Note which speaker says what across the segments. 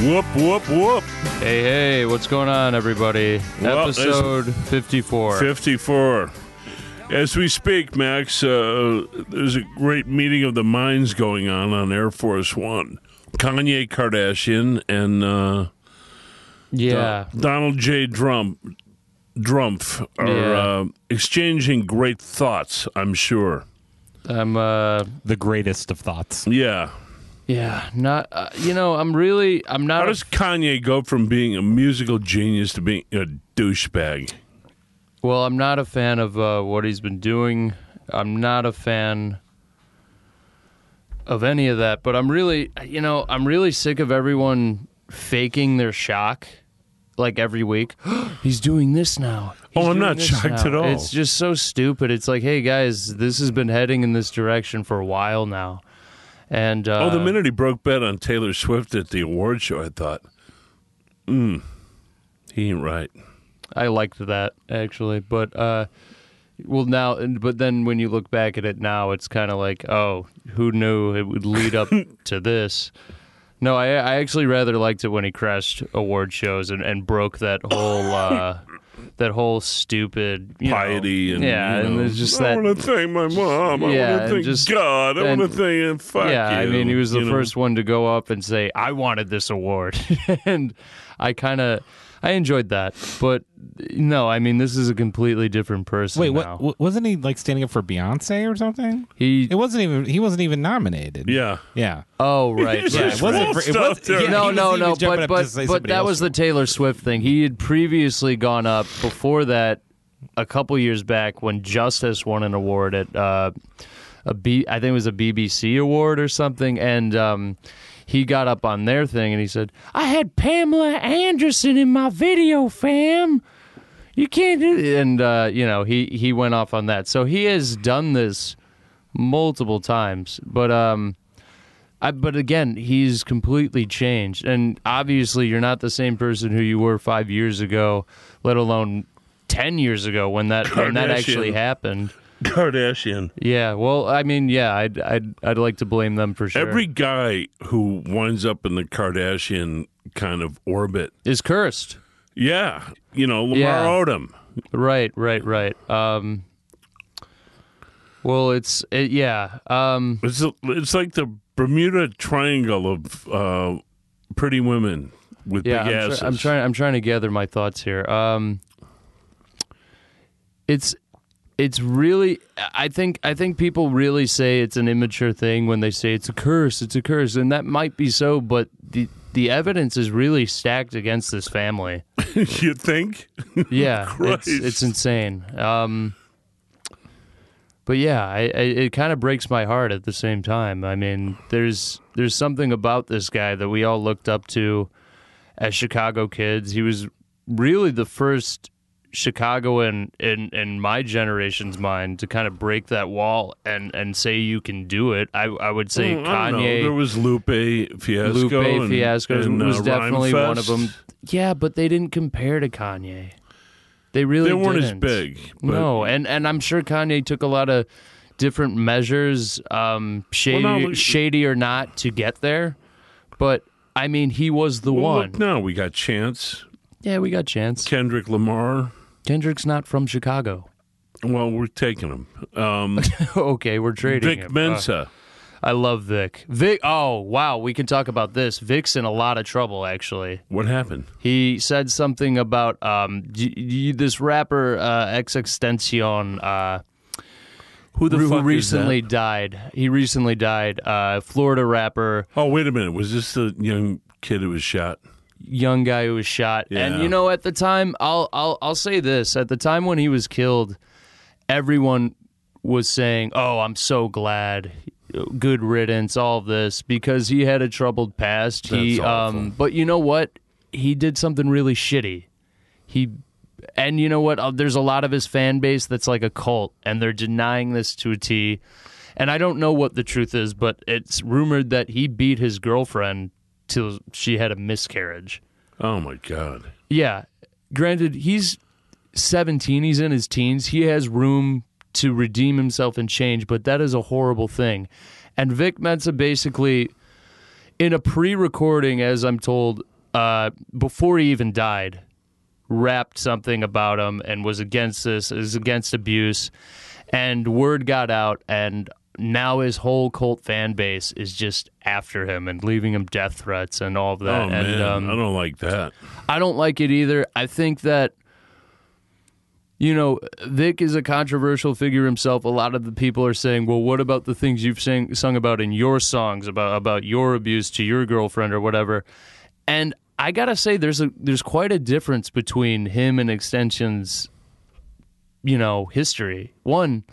Speaker 1: Whoop, whoop, whoop.
Speaker 2: Hey, hey, what's going on, everybody?
Speaker 1: Well, there's-
Speaker 2: Episode 54.
Speaker 1: 54. As we speak, Max, uh, there's a great meeting of the minds going on on Air Force One. Kanye Kardashian and uh,
Speaker 2: yeah.
Speaker 1: Donald J. Trump, Drumpf are
Speaker 2: Yeah.
Speaker 1: uh, exchanging great thoughts, I'm sure.
Speaker 2: I'm, uh,
Speaker 3: the greatest of thoughts.
Speaker 1: Yeah.
Speaker 2: yeah, not, uh, you know, I'm really, I'm
Speaker 1: How
Speaker 2: not,
Speaker 1: does Kanye go from being a musical genius to being a douchebag?
Speaker 2: well, I'm not a fan of uh, what he's been doing. I'm not a fan of any of that, but I'm really, you know, I'm really sick of everyone faking their shock like every week. he's doing this now. He's
Speaker 1: Oh, I'm
Speaker 2: doing
Speaker 1: not
Speaker 2: this
Speaker 1: shocked
Speaker 2: now.
Speaker 1: at all.
Speaker 2: It's just so stupid. It's like, hey guys, this has been heading in this direction for a while now. And
Speaker 1: Oh,
Speaker 2: uh,
Speaker 1: the minute he broke bed on Taylor Swift at the award show, I thought, hmm, he ain't right.
Speaker 2: I liked that actually, but uh, well now, and- but then when you look back at it now, it's kind of like, oh, who knew it would lead up to this? No, I I actually rather liked it when he crashed award shows and, and broke that whole uh, that whole stupid you know-
Speaker 1: Piety and
Speaker 2: yeah,
Speaker 1: you know,
Speaker 2: and it's just
Speaker 1: I
Speaker 2: that
Speaker 1: want to thank my mom. I
Speaker 2: Yeah,
Speaker 1: want
Speaker 2: and
Speaker 1: to thank
Speaker 2: just-
Speaker 1: God. I want
Speaker 2: and-
Speaker 1: to thank him. Fuck
Speaker 2: yeah, I
Speaker 1: you,"
Speaker 2: mean, he was the
Speaker 1: you know?
Speaker 2: first one to go up and say, "I wanted this award," and I kind of I enjoyed that. But no, I mean, this is a completely different person.
Speaker 3: Wait,
Speaker 2: now.
Speaker 3: what, wa- wasn't he like standing up for Beyonce or something?
Speaker 2: He
Speaker 3: It wasn't even he wasn't even nominated.
Speaker 1: Yeah,
Speaker 3: Yeah.
Speaker 2: oh right,
Speaker 1: He's
Speaker 2: yeah.
Speaker 1: just
Speaker 3: it wasn't
Speaker 1: full
Speaker 3: for- it
Speaker 1: stuff
Speaker 3: wasn't-
Speaker 1: there.
Speaker 3: yeah,
Speaker 2: no,
Speaker 3: he was
Speaker 2: no,
Speaker 3: even
Speaker 2: no.
Speaker 3: jumping
Speaker 2: But
Speaker 3: up to
Speaker 2: but
Speaker 3: say
Speaker 2: but
Speaker 3: somebody
Speaker 2: that
Speaker 3: else
Speaker 2: was
Speaker 3: won.
Speaker 2: the Taylor Swift thing. He had previously gone up before that a couple years back when Justice won an award at uh, a B. I think it was a BBC award or something, and. Um, he got up on their thing and he said, "I had Pamela Anderson in my video, fam. You can't do." This. And uh, you know, he he went off on that. So he has done this multiple times, but um, I, but again, he's completely changed, and obviously, you're not the same person who you were five years ago, let alone ten years ago when that when that
Speaker 1: Kardashian.
Speaker 2: actually happened.
Speaker 1: Kardashian.
Speaker 2: Yeah, well, I mean, yeah, I'd I'd I'd like to blame them for sure.
Speaker 1: Every guy who winds up in the Kardashian kind of orbit,
Speaker 2: is cursed.
Speaker 1: yeah, you know, Lamar
Speaker 2: Yeah.
Speaker 1: Odom.
Speaker 2: Right, right, right. Um, well, it's it, yeah. Um,
Speaker 1: It's it's like the Bermuda Triangle of uh, pretty women with
Speaker 2: yeah,
Speaker 1: big
Speaker 2: I'm,
Speaker 1: asses.
Speaker 2: try- I'm trying. I'm trying to gather my thoughts here. Um, it's it's really. I think I think people really say it's an immature thing when they say it's a curse. It's a curse, and that might be so, but the the evidence is really stacked against this family.
Speaker 1: you think?
Speaker 2: Yeah, it's,
Speaker 1: Christ.
Speaker 2: it's insane. Um, but yeah, I, I, it kind of breaks my heart at the same time. I mean, there's there's something about this guy that we all looked up to as Chicago kids. He was really the first Chicagoan in in my generation's mind to kind of break that wall and and say you can do it. I I would say
Speaker 1: Mm, I don't know.
Speaker 2: Kanye.
Speaker 1: There was Lupe Fiasco.
Speaker 2: Lupe
Speaker 1: and,
Speaker 2: Fiasco
Speaker 1: and,
Speaker 2: was
Speaker 1: uh,
Speaker 2: definitely one
Speaker 1: Rhymefest.
Speaker 2: of them. Yeah, but they didn't compare to Kanye. They really
Speaker 1: They weren't
Speaker 2: didn't.
Speaker 1: as big. But,
Speaker 2: no, and and I'm sure Kanye took a lot of different measures, um, shady,
Speaker 1: Well, now look-
Speaker 2: shady or not, to get there. But I mean, he was the
Speaker 1: Well,
Speaker 2: one.
Speaker 1: Look, now we got Chance,
Speaker 2: Yeah, we got Chance.
Speaker 1: Kendrick Lamar.
Speaker 2: Kendrick's not from Chicago.
Speaker 1: Well, we're taking him. Um,
Speaker 2: okay, we're trading
Speaker 1: Vic
Speaker 2: him. Uh,
Speaker 1: Mensa.
Speaker 2: I love Vic. Vic. Oh wow, we can talk about this. Vic's in a lot of trouble actually.
Speaker 1: what happened?
Speaker 2: He said something about um, y- y- this rapper uh, Extension, uh,
Speaker 1: Who the
Speaker 2: who
Speaker 1: fuck
Speaker 2: recently
Speaker 1: Is
Speaker 2: died. He recently died. Uh, Florida rapper,
Speaker 1: that? Oh, wait a minute. Was this the young kid who was shot?
Speaker 2: young guy who was shot. And
Speaker 1: Yeah.
Speaker 2: you know, at the time, I'll I'll I'll say this: at the time when he was killed, everyone was saying, "Oh, I'm so glad." Good riddance, all of this because he had a troubled past. he,
Speaker 1: That's awful.
Speaker 2: um, but you know what? He did something really shitty. he and you know what Uh, there's a lot of his fan base that's like a cult and they're denying this to a t and i don't know what the truth is but it's rumored that he beat his girlfriend till she had a miscarriage
Speaker 1: Oh, my God.
Speaker 2: yeah granted he's 17 he's in his teens he has room to redeem himself and change but that is a horrible thing and vic mensa basically in a pre-recording as i'm told uh, before he even died, rapped something about him and was against this, is against abuse, and word got out, and now his whole cult fan base is just after him and leaving him death threats and all of
Speaker 1: Oh
Speaker 2: that. and,
Speaker 1: man,
Speaker 2: um,
Speaker 1: I don't like that.
Speaker 2: I don't like it either. I think that you know, Vic is a controversial figure himself. A lot of the people are saying, "Well, what about the things you've sang, sung about in your songs about about your abuse to your girlfriend or whatever?" And I gotta say, there's a there's quite a difference between him and Extension's, you know, history. One,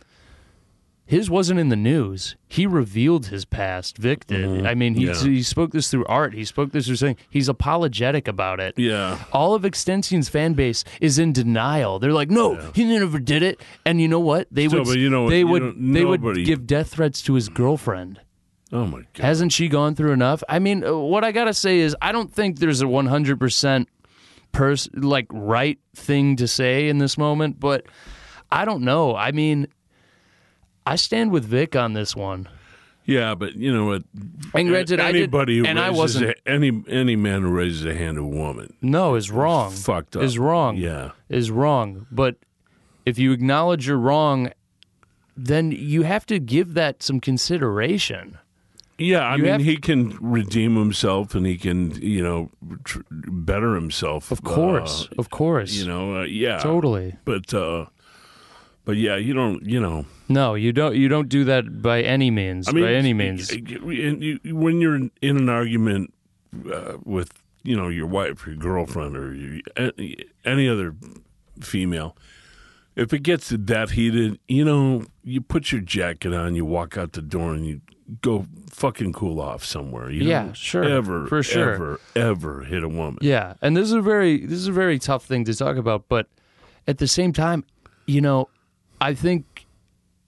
Speaker 2: his wasn't in the news. He revealed his past. Vic did. I mean, he
Speaker 1: yeah.
Speaker 2: he spoke this through art. He spoke this through saying he's apologetic about it
Speaker 1: Yeah,
Speaker 2: all of Extension's fan base is in denial. They're like, "No, he never did it." And you know what? They
Speaker 1: Still,
Speaker 2: would,
Speaker 1: but you know what?
Speaker 2: they
Speaker 1: You
Speaker 2: would,
Speaker 1: don't-
Speaker 2: they would
Speaker 1: nobody-
Speaker 2: give death threats to his girlfriend.
Speaker 1: oh my god,
Speaker 2: Hasn't she gone through enough? I mean, uh, what I gotta say is, I don't think there's a 100 percent pers- like right thing to say in this moment, but I don't know. I mean, I stand with Vic on this one.
Speaker 1: yeah, but you know what?
Speaker 2: And granted,
Speaker 1: anybody
Speaker 2: I
Speaker 1: who
Speaker 2: did, and I
Speaker 1: raises
Speaker 2: wasn't.
Speaker 1: a- any any man who raises a hand to a woman,
Speaker 2: no, is wrong.
Speaker 1: fucked up.
Speaker 2: Is wrong.
Speaker 1: Yeah,
Speaker 2: is wrong. But if you acknowledge you're wrong, then you have to give that some consideration.
Speaker 1: yeah. I mean,
Speaker 2: have-
Speaker 1: he can redeem himself, and he can you know tr- better himself. uh,
Speaker 2: Of course, of course,
Speaker 1: you know, uh, yeah,
Speaker 2: totally.
Speaker 1: But uh, but yeah, you don't, you know.
Speaker 2: No, you don't. You don't do that by any means. by any means.
Speaker 1: y- y- and you- when you're in an argument uh, with you know your wife, your girlfriend, or your, a- any other female, if it gets that heated, you know, you put your jacket on, you walk out the door, and you go fucking cool off somewhere. You
Speaker 2: Yeah,
Speaker 1: don't
Speaker 2: sure.
Speaker 1: Ever,
Speaker 2: For sure.
Speaker 1: ever, ever hit a woman.
Speaker 2: Yeah, and this is a very this is a very tough thing to talk about, but at the same time, you know, I think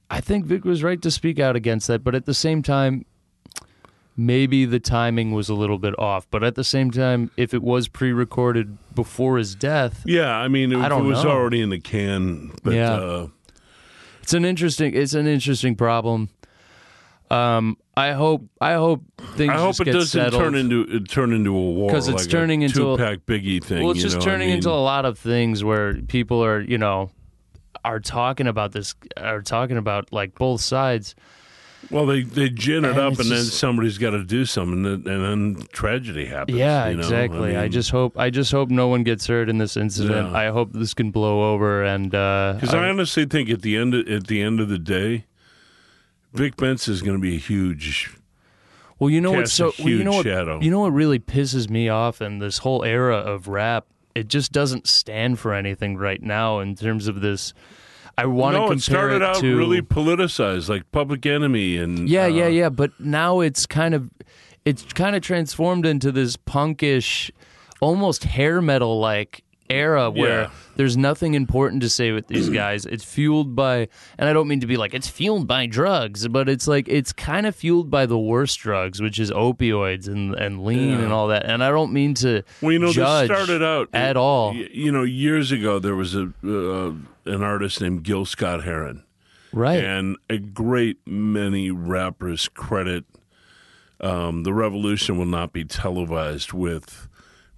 Speaker 2: I think Vic was right to speak out against that, but at the same time maybe the timing was a little bit off, but at the same time if it was pre-recorded before his death,
Speaker 1: Yeah, I mean, if
Speaker 2: I don't
Speaker 1: it was
Speaker 2: know.
Speaker 1: already in the can, but
Speaker 2: Yeah.
Speaker 1: uh,
Speaker 2: it's an interesting it's an interesting problem. Um I hope I hope things
Speaker 1: I hope
Speaker 2: just
Speaker 1: it
Speaker 2: get
Speaker 1: doesn't
Speaker 2: settled.
Speaker 1: turn into it turn into a war
Speaker 2: 'Cause it's
Speaker 1: like
Speaker 2: turning
Speaker 1: a
Speaker 2: into a-
Speaker 1: pack biggie thing.
Speaker 2: Well, it's
Speaker 1: you
Speaker 2: just
Speaker 1: know, I
Speaker 2: turning
Speaker 1: mean,
Speaker 2: into a lot of things where people are, you know, are talking about this, are talking about like both sides.
Speaker 1: Well, they they gin it
Speaker 2: And
Speaker 1: up,
Speaker 2: it's
Speaker 1: and then
Speaker 2: just-
Speaker 1: somebody's got to do something, and then, and then tragedy happens.
Speaker 2: yeah,
Speaker 1: you know?
Speaker 2: exactly. I,
Speaker 1: mean,
Speaker 2: just hope, I just hope no one gets hurt in this incident.
Speaker 1: Yeah.
Speaker 2: I hope this can blow over and uh,
Speaker 1: because I honestly think at the end of, at the end of the day, Vic Benz is going to be a huge.
Speaker 2: Well, you know
Speaker 1: Casts
Speaker 2: what's so
Speaker 1: a
Speaker 2: well, you
Speaker 1: huge
Speaker 2: know what
Speaker 1: shadow.
Speaker 2: you know what really pisses me off in this whole era of rap. It just doesn't stand for anything right now in terms of this. I want to
Speaker 1: No,
Speaker 2: compare
Speaker 1: it started out
Speaker 2: to-
Speaker 1: really politicized, like Public Enemy, and
Speaker 2: Yeah,
Speaker 1: uh,
Speaker 2: yeah, yeah. But now it's kind of it's kind of transformed into this punkish, almost hair metal like era where
Speaker 1: Yeah.
Speaker 2: there's nothing important to say with these guys. It's fueled by and I don't mean to be like it's fueled by drugs, but it's like it's kind of fueled by the worst drugs, which is opioids and, and lean and all that. And I don't mean to
Speaker 1: Well, you know,
Speaker 2: judge
Speaker 1: this started out
Speaker 2: at all.
Speaker 1: y- You know, years ago there was a uh, an artist named Gil Scott Heron.
Speaker 2: Right.
Speaker 1: and a great many rappers credit um, the revolution will not be televised with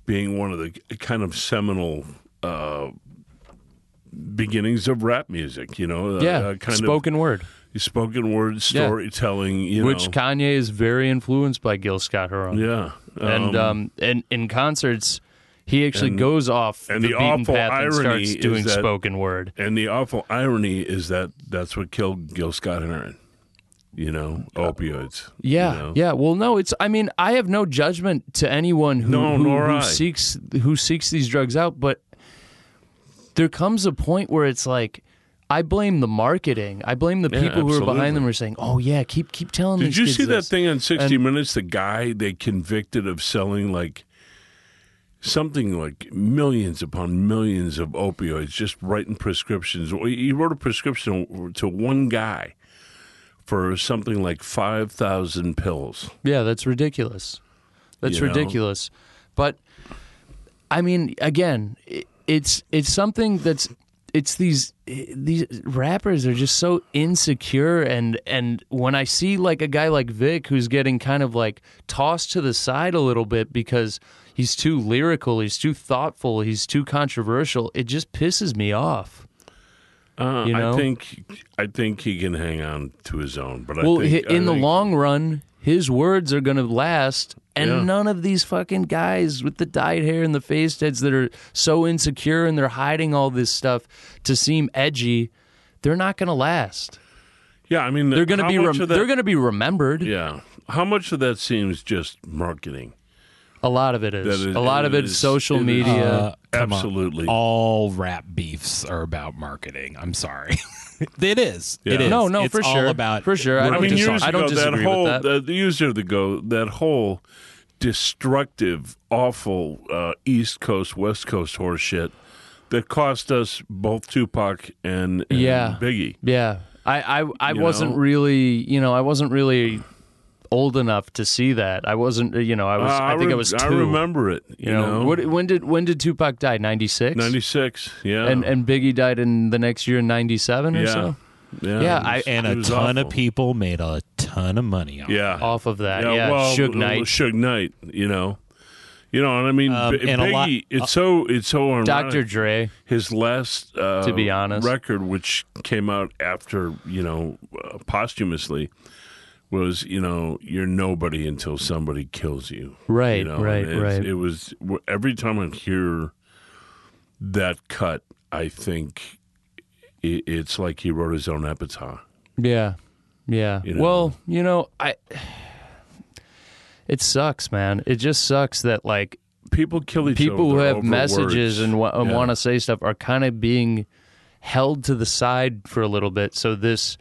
Speaker 1: being one of the kind of seminal uh, beginnings of rap music. You know,
Speaker 2: Yeah.
Speaker 1: uh, kind
Speaker 2: spoken word.
Speaker 1: of spoken word
Speaker 2: Yeah.
Speaker 1: storytelling. You
Speaker 2: Which
Speaker 1: know.
Speaker 2: Kanye is very influenced by Gil Scott Heron.
Speaker 1: yeah,
Speaker 2: and um, and in concerts, he actually goes off
Speaker 1: and
Speaker 2: the,
Speaker 1: the
Speaker 2: beaten
Speaker 1: awful
Speaker 2: path and
Speaker 1: irony
Speaker 2: starts
Speaker 1: is
Speaker 2: doing
Speaker 1: that-
Speaker 2: spoken word.
Speaker 1: and the awful irony is that that's what killed Gil Scott Heron. You know, opioids. you
Speaker 2: Uh, Yeah,
Speaker 1: know?
Speaker 2: yeah. Well, no, it's. I mean, I have no judgment to anyone who
Speaker 1: No,
Speaker 2: who,
Speaker 1: nor
Speaker 2: who
Speaker 1: I.
Speaker 2: seeks who seeks these drugs out, but there comes a point where it's like. I blame the marketing. I blame the people who are
Speaker 1: absolutely.
Speaker 2: behind them who are saying, "Oh yeah, keep keep telling
Speaker 1: Did
Speaker 2: these
Speaker 1: you
Speaker 2: kids
Speaker 1: see that
Speaker 2: this."
Speaker 1: thing on 60 Minutes? The guy they convicted of selling like something like millions upon millions of opioids, just writing prescriptions. He wrote a prescription to one guy for something like 5,000 pills.
Speaker 2: Yeah, that's ridiculous. That's
Speaker 1: You know?
Speaker 2: ridiculous. But I mean, again, i it's it's something that's it's these these rappers are just so insecure and and when I see like a guy like Vic who's getting kind of like tossed to the side a little bit because he's too lyrical, he's too thoughtful, he's too controversial, it just pisses me off.
Speaker 1: Uh,
Speaker 2: You know?
Speaker 1: I think I think he can hang on to his own, but
Speaker 2: well,
Speaker 1: I think,
Speaker 2: hi- in
Speaker 1: I
Speaker 2: the
Speaker 1: think-
Speaker 2: long run, his words are going to last and
Speaker 1: Yeah.
Speaker 2: none of these fucking guys with the dyed hair and the face heads that are so insecure and they're hiding all this stuff to seem edgy, they're not going to last.
Speaker 1: yeah, I mean,
Speaker 2: They're going to
Speaker 1: how
Speaker 2: be
Speaker 1: much
Speaker 2: rem-
Speaker 1: of that-
Speaker 2: they're going to be remembered.
Speaker 1: yeah. How much of that seems just marketing?
Speaker 2: A lot of it is.
Speaker 1: That is-
Speaker 2: a lot of it
Speaker 1: it
Speaker 2: is
Speaker 1: is-
Speaker 2: social
Speaker 1: it is-
Speaker 2: media.
Speaker 3: Uh, come on.
Speaker 1: Absolutely.
Speaker 3: All rap beefs are about marketing. I'm sorry. it is. It
Speaker 1: Yeah.
Speaker 3: is.
Speaker 2: No, no,
Speaker 3: It's
Speaker 2: for
Speaker 3: all
Speaker 2: sure.
Speaker 3: about
Speaker 2: For sure. I
Speaker 3: we're
Speaker 2: don't
Speaker 3: just
Speaker 2: disagree.
Speaker 3: talking-
Speaker 2: I don't
Speaker 1: that
Speaker 2: disagree with
Speaker 1: whole
Speaker 2: that.
Speaker 1: the years ago that whole destructive, awful uh, East Coast West Coast horse shit that cost us both Tupac and, and
Speaker 2: Yeah.
Speaker 1: Biggie.
Speaker 2: yeah. I, I, I
Speaker 1: You
Speaker 2: wasn't
Speaker 1: know?
Speaker 2: really, you know, I wasn't really old enough to see that. I wasn't, you know, I was,
Speaker 1: Uh,
Speaker 2: I, think
Speaker 1: re-
Speaker 2: I was two.
Speaker 1: I remember it. You,
Speaker 2: You know,
Speaker 1: know,
Speaker 2: what, when did when did Tupac die? Ninety six.
Speaker 1: ninety six. Yeah,
Speaker 2: And and Biggie died in the next year in ninety seven or
Speaker 1: Oh. yeah.
Speaker 2: so.
Speaker 1: yeah,
Speaker 2: Yeah,
Speaker 1: it
Speaker 2: I-
Speaker 1: was-
Speaker 3: And
Speaker 1: it
Speaker 3: a
Speaker 1: was
Speaker 3: ton of
Speaker 1: awful.
Speaker 3: people made a ton of money off.
Speaker 1: Yeah,
Speaker 2: Off of that, yeah,
Speaker 1: Yeah, well,
Speaker 2: Suge
Speaker 1: well,
Speaker 2: Knight.
Speaker 1: Suge Knight. You know, you know, and I mean,
Speaker 3: Um,
Speaker 1: B-
Speaker 3: and a
Speaker 1: Biggie.
Speaker 3: lot-
Speaker 1: it's so it's so ironic.
Speaker 2: Dr. Dre.
Speaker 1: his last uh,
Speaker 2: To be honest.
Speaker 1: record which came out after you know uh, posthumously was you know you're nobody until somebody kills you
Speaker 2: Right,
Speaker 1: you know?
Speaker 2: right,
Speaker 1: And it's-
Speaker 2: right.
Speaker 1: it was every time i hear that cut i think i it's like he wrote his own epitaph
Speaker 2: Yeah. Yeah.
Speaker 1: You know.
Speaker 2: Well, you know, I it sucks, man. It just sucks that like
Speaker 1: people kill each
Speaker 2: people who
Speaker 1: other
Speaker 2: have
Speaker 1: over words.
Speaker 2: messages and, wa- and
Speaker 1: Yeah.
Speaker 2: want to say stuff are kind of being held to the side for a little bit so this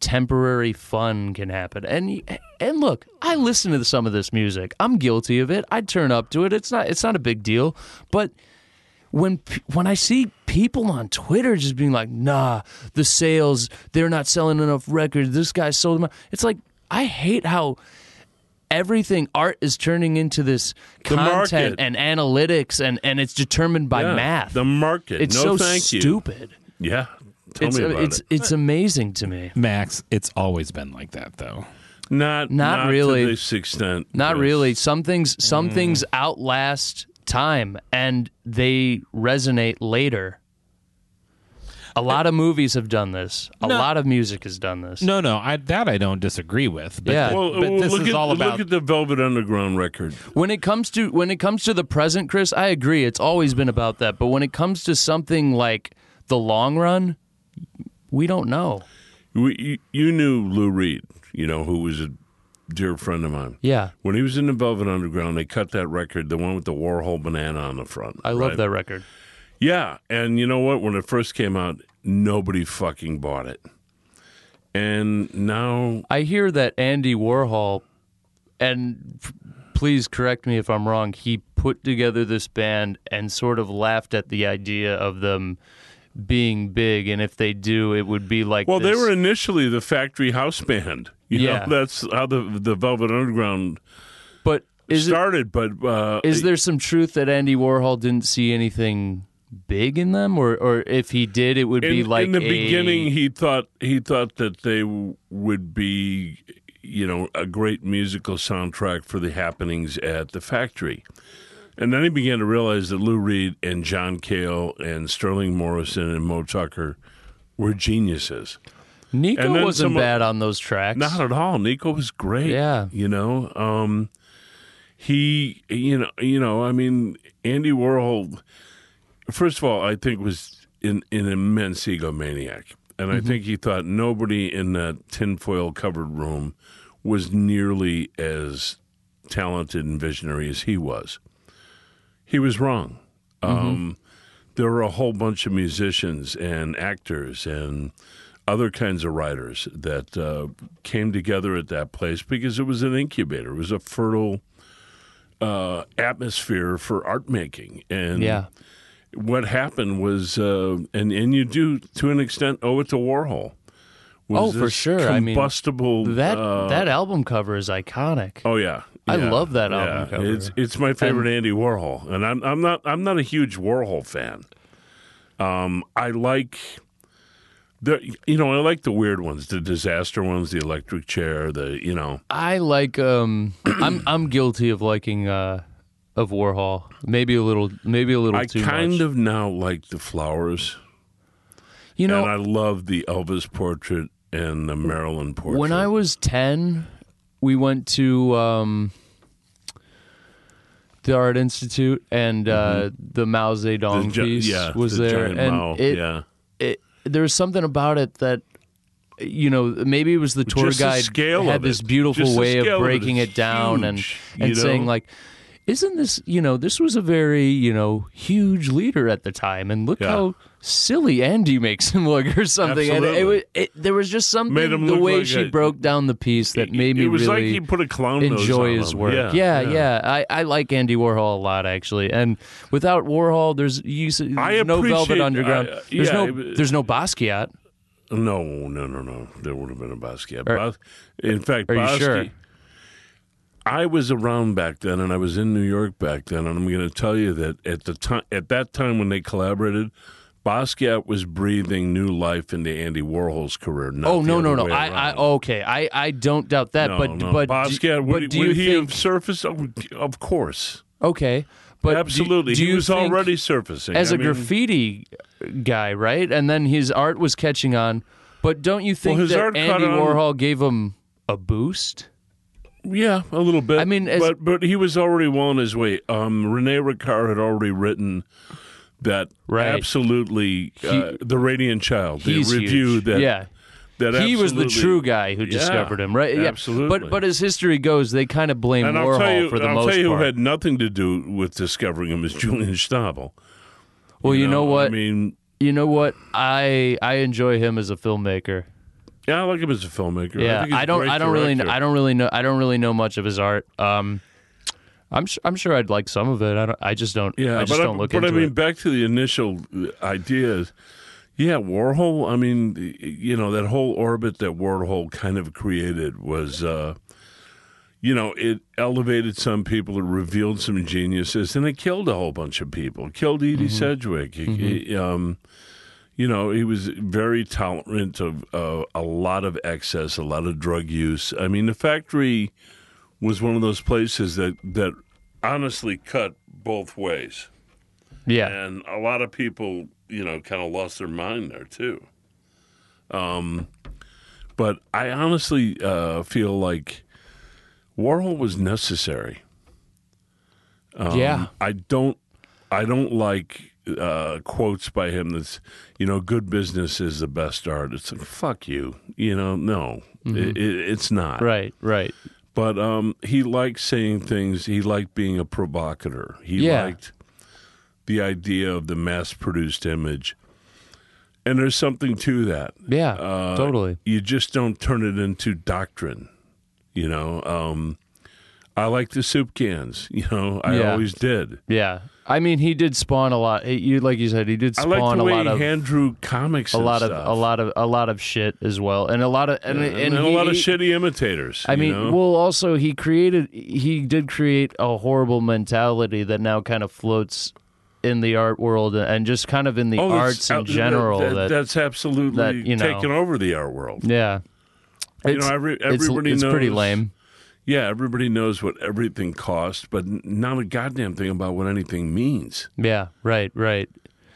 Speaker 2: temporary fun can happen and and look i listen to some of this music i'm guilty of it i turn up to it it's not it's not a big deal but when p- when I see people on Twitter just being like, "Nah, the sales, they're not selling enough records. This guy sold them." out." It's like I hate how everything art is turning into this content
Speaker 1: market.
Speaker 2: and analytics and and it's determined by
Speaker 1: Yeah,
Speaker 2: math.
Speaker 1: the market
Speaker 2: it's
Speaker 1: no
Speaker 2: so
Speaker 1: thank
Speaker 2: stupid.
Speaker 1: you yeah tell
Speaker 2: it's uh,
Speaker 1: me about
Speaker 2: it's
Speaker 1: it
Speaker 2: it's amazing to me.
Speaker 3: Max, it's always been like that though.
Speaker 1: not
Speaker 2: not
Speaker 1: to
Speaker 2: really.
Speaker 1: this extent
Speaker 2: Not
Speaker 1: Chris.
Speaker 2: really. Some things some things outlast time and they resonate later.
Speaker 1: Uh,
Speaker 2: A lot of movies have done this. A
Speaker 3: No.
Speaker 2: lot of music has done this.
Speaker 3: No, no, I, that I don't disagree with. But
Speaker 2: Yeah.
Speaker 3: th-
Speaker 1: Well,
Speaker 3: but
Speaker 1: Oh, well,
Speaker 3: this
Speaker 1: look
Speaker 3: is
Speaker 1: at,
Speaker 3: all about
Speaker 1: look at the Velvet Underground record.
Speaker 2: When it comes to when it comes to the present, Chris, I agree. It's always been about that. But when it comes to something like the long run, we don't know.
Speaker 1: We, you, you knew Lou Reed, you know, who was a dear friend of mine.
Speaker 2: Yeah,
Speaker 1: When he was in the Velvet Underground, they cut that record, the one with the Warhol banana on the front.
Speaker 2: I love that record.
Speaker 1: Yeah, and you know what? When it first came out, nobody fucking bought it. And now,
Speaker 2: I hear that Andy Warhol, and f- please correct me if I'm wrong. He put together this band and sort of laughed at the idea of them being big, and if they do, it would be like
Speaker 1: well, they
Speaker 2: this-
Speaker 1: were initially the Factory House Band. You
Speaker 2: Yeah.
Speaker 1: know, that's how the the Velvet Underground
Speaker 2: But is it
Speaker 1: started. but uh,
Speaker 2: Is there some truth that Andy Warhol didn't see anything big in them, or or if he did, it would be
Speaker 1: in,
Speaker 2: like
Speaker 1: in the
Speaker 2: a-
Speaker 1: beginning he thought he thought that they w- would be you know a great musical soundtrack for the happenings at the factory and then he began to realize that Lou Reed and John Cale and Sterling Morrison and Mo Tucker were geniuses.
Speaker 2: Nico
Speaker 1: and then
Speaker 2: wasn't
Speaker 1: some of-
Speaker 2: bad on those tracks.
Speaker 1: Not at all. Nico was great.
Speaker 2: Yeah.
Speaker 1: You know, um, he, you know, you know, I mean, Andy Warhol, first of all, I think was an, an immense egomaniac. And I think he thought nobody in that tinfoil covered room was nearly as talented and visionary as he was. He was wrong. Um, there were a whole bunch of musicians and actors and other kinds of writers that uh, came together at that place because it was an incubator. It was a fertile uh, atmosphere for art making. And
Speaker 2: yeah,
Speaker 1: what happened was, uh, and, and you do to an extent owe it to Warhol.
Speaker 2: Oh,
Speaker 1: Was
Speaker 2: for
Speaker 1: this
Speaker 2: sure. I mean,
Speaker 1: Combustible.
Speaker 2: that
Speaker 1: uh,
Speaker 2: that album cover is iconic.
Speaker 1: Oh yeah,
Speaker 2: I
Speaker 1: Yeah.
Speaker 2: love that album
Speaker 1: Yeah.
Speaker 2: cover.
Speaker 1: It's it's my favorite Andy Warhol, and I'm I'm not I'm not a huge Warhol fan. Um, I like the you know I like the weird ones, the disaster ones, the electric chair, the you know
Speaker 2: I like um I'm I'm guilty of liking uh of Warhol. Maybe a little maybe a little
Speaker 1: I
Speaker 2: too
Speaker 1: kind
Speaker 2: much.
Speaker 1: of now like the flowers,
Speaker 2: you know
Speaker 1: and I love the Elvis portrait and the Marilyn portrait.
Speaker 2: when I was 10, we went to um the Art Institute and uh, the Mao Zedong
Speaker 1: Mm-hmm. The gi-
Speaker 2: piece
Speaker 1: yeah,
Speaker 2: was
Speaker 1: the
Speaker 2: there,
Speaker 1: giant
Speaker 2: and
Speaker 1: Mao,
Speaker 2: it,
Speaker 1: yeah.
Speaker 2: it there was something about it that you know maybe it was the tour
Speaker 1: Just the
Speaker 2: guide
Speaker 1: scale
Speaker 2: had
Speaker 1: of
Speaker 2: this
Speaker 1: it.
Speaker 2: beautiful
Speaker 1: Just the
Speaker 2: way
Speaker 1: scale
Speaker 2: of
Speaker 1: of it
Speaker 2: breaking
Speaker 1: is
Speaker 2: it, down
Speaker 1: huge,
Speaker 2: and and
Speaker 1: you know?
Speaker 2: saying like isn't this you know this was a very you know huge leader at the time and look
Speaker 1: Yeah.
Speaker 2: how silly andy makes him look or something and it,
Speaker 1: Absolutely.
Speaker 2: was it, there was just something
Speaker 1: Made him
Speaker 2: the
Speaker 1: look
Speaker 2: way
Speaker 1: like
Speaker 2: she
Speaker 1: a-
Speaker 2: broke down the piece that made me
Speaker 1: it was
Speaker 2: really
Speaker 1: like he put a clown
Speaker 2: enjoy
Speaker 1: nose on
Speaker 2: his
Speaker 1: him.
Speaker 2: work.
Speaker 1: Yeah,
Speaker 2: yeah, I, I like Andy Warhol a lot actually. And without Warhol, there's you, s-
Speaker 1: I
Speaker 2: no Velvet
Speaker 1: appreciate-
Speaker 2: Underground.
Speaker 1: I- uh,
Speaker 2: there's
Speaker 1: yeah,
Speaker 2: no
Speaker 1: it was-
Speaker 2: there's no Basquiat.
Speaker 1: No, no, no, no. There would have been a Basquiat. Bas- in fact,
Speaker 2: are you
Speaker 1: Basquiat.
Speaker 2: sure?
Speaker 1: I was around back then, and I was in New York back then, and I'm going to tell you that at the time, at that time when they collaborated, Basquiat was breathing new life into Andy Warhol's career. not
Speaker 2: Oh
Speaker 1: the
Speaker 2: no
Speaker 1: other
Speaker 2: no no!
Speaker 1: way
Speaker 2: I, I
Speaker 1: around.
Speaker 2: okay. I, I don't doubt that.
Speaker 1: No,
Speaker 2: but
Speaker 1: no.
Speaker 2: but
Speaker 1: Basquiat,
Speaker 2: do,
Speaker 1: would,
Speaker 2: but do
Speaker 1: would
Speaker 2: you
Speaker 1: he
Speaker 2: think
Speaker 1: have surfaced? Oh, of course,
Speaker 2: okay? But do-
Speaker 1: absolutely.
Speaker 2: Do,
Speaker 1: he
Speaker 2: you
Speaker 1: was
Speaker 2: think
Speaker 1: already surfacing
Speaker 2: as
Speaker 1: a
Speaker 2: a graffiti guy, right? And then his art was catching on. But don't you think
Speaker 1: his
Speaker 2: that
Speaker 1: art caught
Speaker 2: Andy
Speaker 1: on-
Speaker 2: Warhol gave him a boost?
Speaker 1: Yeah, a little bit.
Speaker 2: I mean, as-
Speaker 1: but but he was already well on his way. Um, Rene Ricard had already written that
Speaker 2: Right.
Speaker 1: absolutely uh, the Radiant Child, the
Speaker 2: He's
Speaker 1: review
Speaker 2: huge.
Speaker 1: that
Speaker 2: yeah.
Speaker 1: that
Speaker 2: he was the
Speaker 1: absolutely-
Speaker 2: true guy who discovered him, right? Yeah,
Speaker 1: absolutely.
Speaker 2: But but as history goes, they kind of blame
Speaker 1: And I'll
Speaker 2: Warhol
Speaker 1: tell you,
Speaker 2: for the
Speaker 1: I'll
Speaker 2: most
Speaker 1: tell you
Speaker 2: part.
Speaker 1: who had nothing to do with discovering him is Julian Stabel.
Speaker 2: well, you, know, what?
Speaker 1: I mean,
Speaker 2: you know what? I I enjoy him as a filmmaker.
Speaker 1: yeah, I like him as a filmmaker. I,
Speaker 2: Yeah,
Speaker 1: think he's
Speaker 2: I
Speaker 1: a
Speaker 2: don't
Speaker 1: great
Speaker 2: I don't really
Speaker 1: director.
Speaker 2: I don't really know I don't really know much of his art. Um, I'm su- I'm sure I'd like some of it. I don't. I just don't.
Speaker 1: Yeah,
Speaker 2: I just
Speaker 1: but
Speaker 2: don't
Speaker 1: I,
Speaker 2: look
Speaker 1: but
Speaker 2: into
Speaker 1: I mean,
Speaker 2: it.
Speaker 1: back to the initial uh, ideas. Yeah, Warhol. I mean, y- you know, that whole orbit that Warhol kind of created was, uh, you know, it elevated some people, it revealed some geniuses, and it killed a whole bunch of people. It killed Edie
Speaker 2: Mm-hmm.
Speaker 1: Sedgwick. It- it, um, you know, he was very tolerant of uh, a lot of excess, a lot of drug use. I mean, the factory was one of those places that that honestly cut both ways
Speaker 2: Yeah,
Speaker 1: and a lot of people, you know, kind of lost their mind there too. Um, but I honestly uh, feel like Warhol was necessary.
Speaker 2: yeah.
Speaker 1: I don't, I don't like uh, quotes by him. That's you know, good business is the best art. It's like fuck you, you know. No, it, it, it's not.
Speaker 2: Right, right.
Speaker 1: But um, he liked saying things. He liked being a provocateur. He
Speaker 2: Yeah.
Speaker 1: liked the idea of the mass-produced image. And there's something to that.
Speaker 2: Yeah,
Speaker 1: Uh,
Speaker 2: totally.
Speaker 1: You just don't turn it into doctrine. You know. Um, I like the soup cans. You know. I
Speaker 2: Yeah.
Speaker 1: always did.
Speaker 2: Yeah, I mean, he did spawn a lot. He- You like you said, he did
Speaker 1: I
Speaker 2: spawn
Speaker 1: like the
Speaker 2: a
Speaker 1: way
Speaker 2: lot
Speaker 1: he
Speaker 2: of
Speaker 1: hand drew comics.
Speaker 2: a
Speaker 1: and
Speaker 2: lot
Speaker 1: stuff.
Speaker 2: of a lot of a lot of shit as well, and a lot of and
Speaker 1: and,
Speaker 2: and,
Speaker 1: then
Speaker 2: he-
Speaker 1: a lot of
Speaker 2: he-
Speaker 1: shitty imitators.
Speaker 2: I
Speaker 1: you
Speaker 2: mean,
Speaker 1: know?
Speaker 2: well, also he created he did create a horrible mentality that now kind of floats in the art world and just kind of in the
Speaker 1: Oh, that's-
Speaker 2: arts in
Speaker 1: uh, that-
Speaker 2: general. That,
Speaker 1: that- that's absolutely
Speaker 2: that, you know-
Speaker 1: taken over the art world.
Speaker 2: yeah,
Speaker 1: You
Speaker 2: It's-
Speaker 1: know, every,
Speaker 2: it's,
Speaker 1: everybody
Speaker 2: it's
Speaker 1: knows.
Speaker 2: pretty lame.
Speaker 1: Yeah, everybody knows what everything costs, but n- not a goddamn thing about what anything means.
Speaker 2: Yeah, right, right.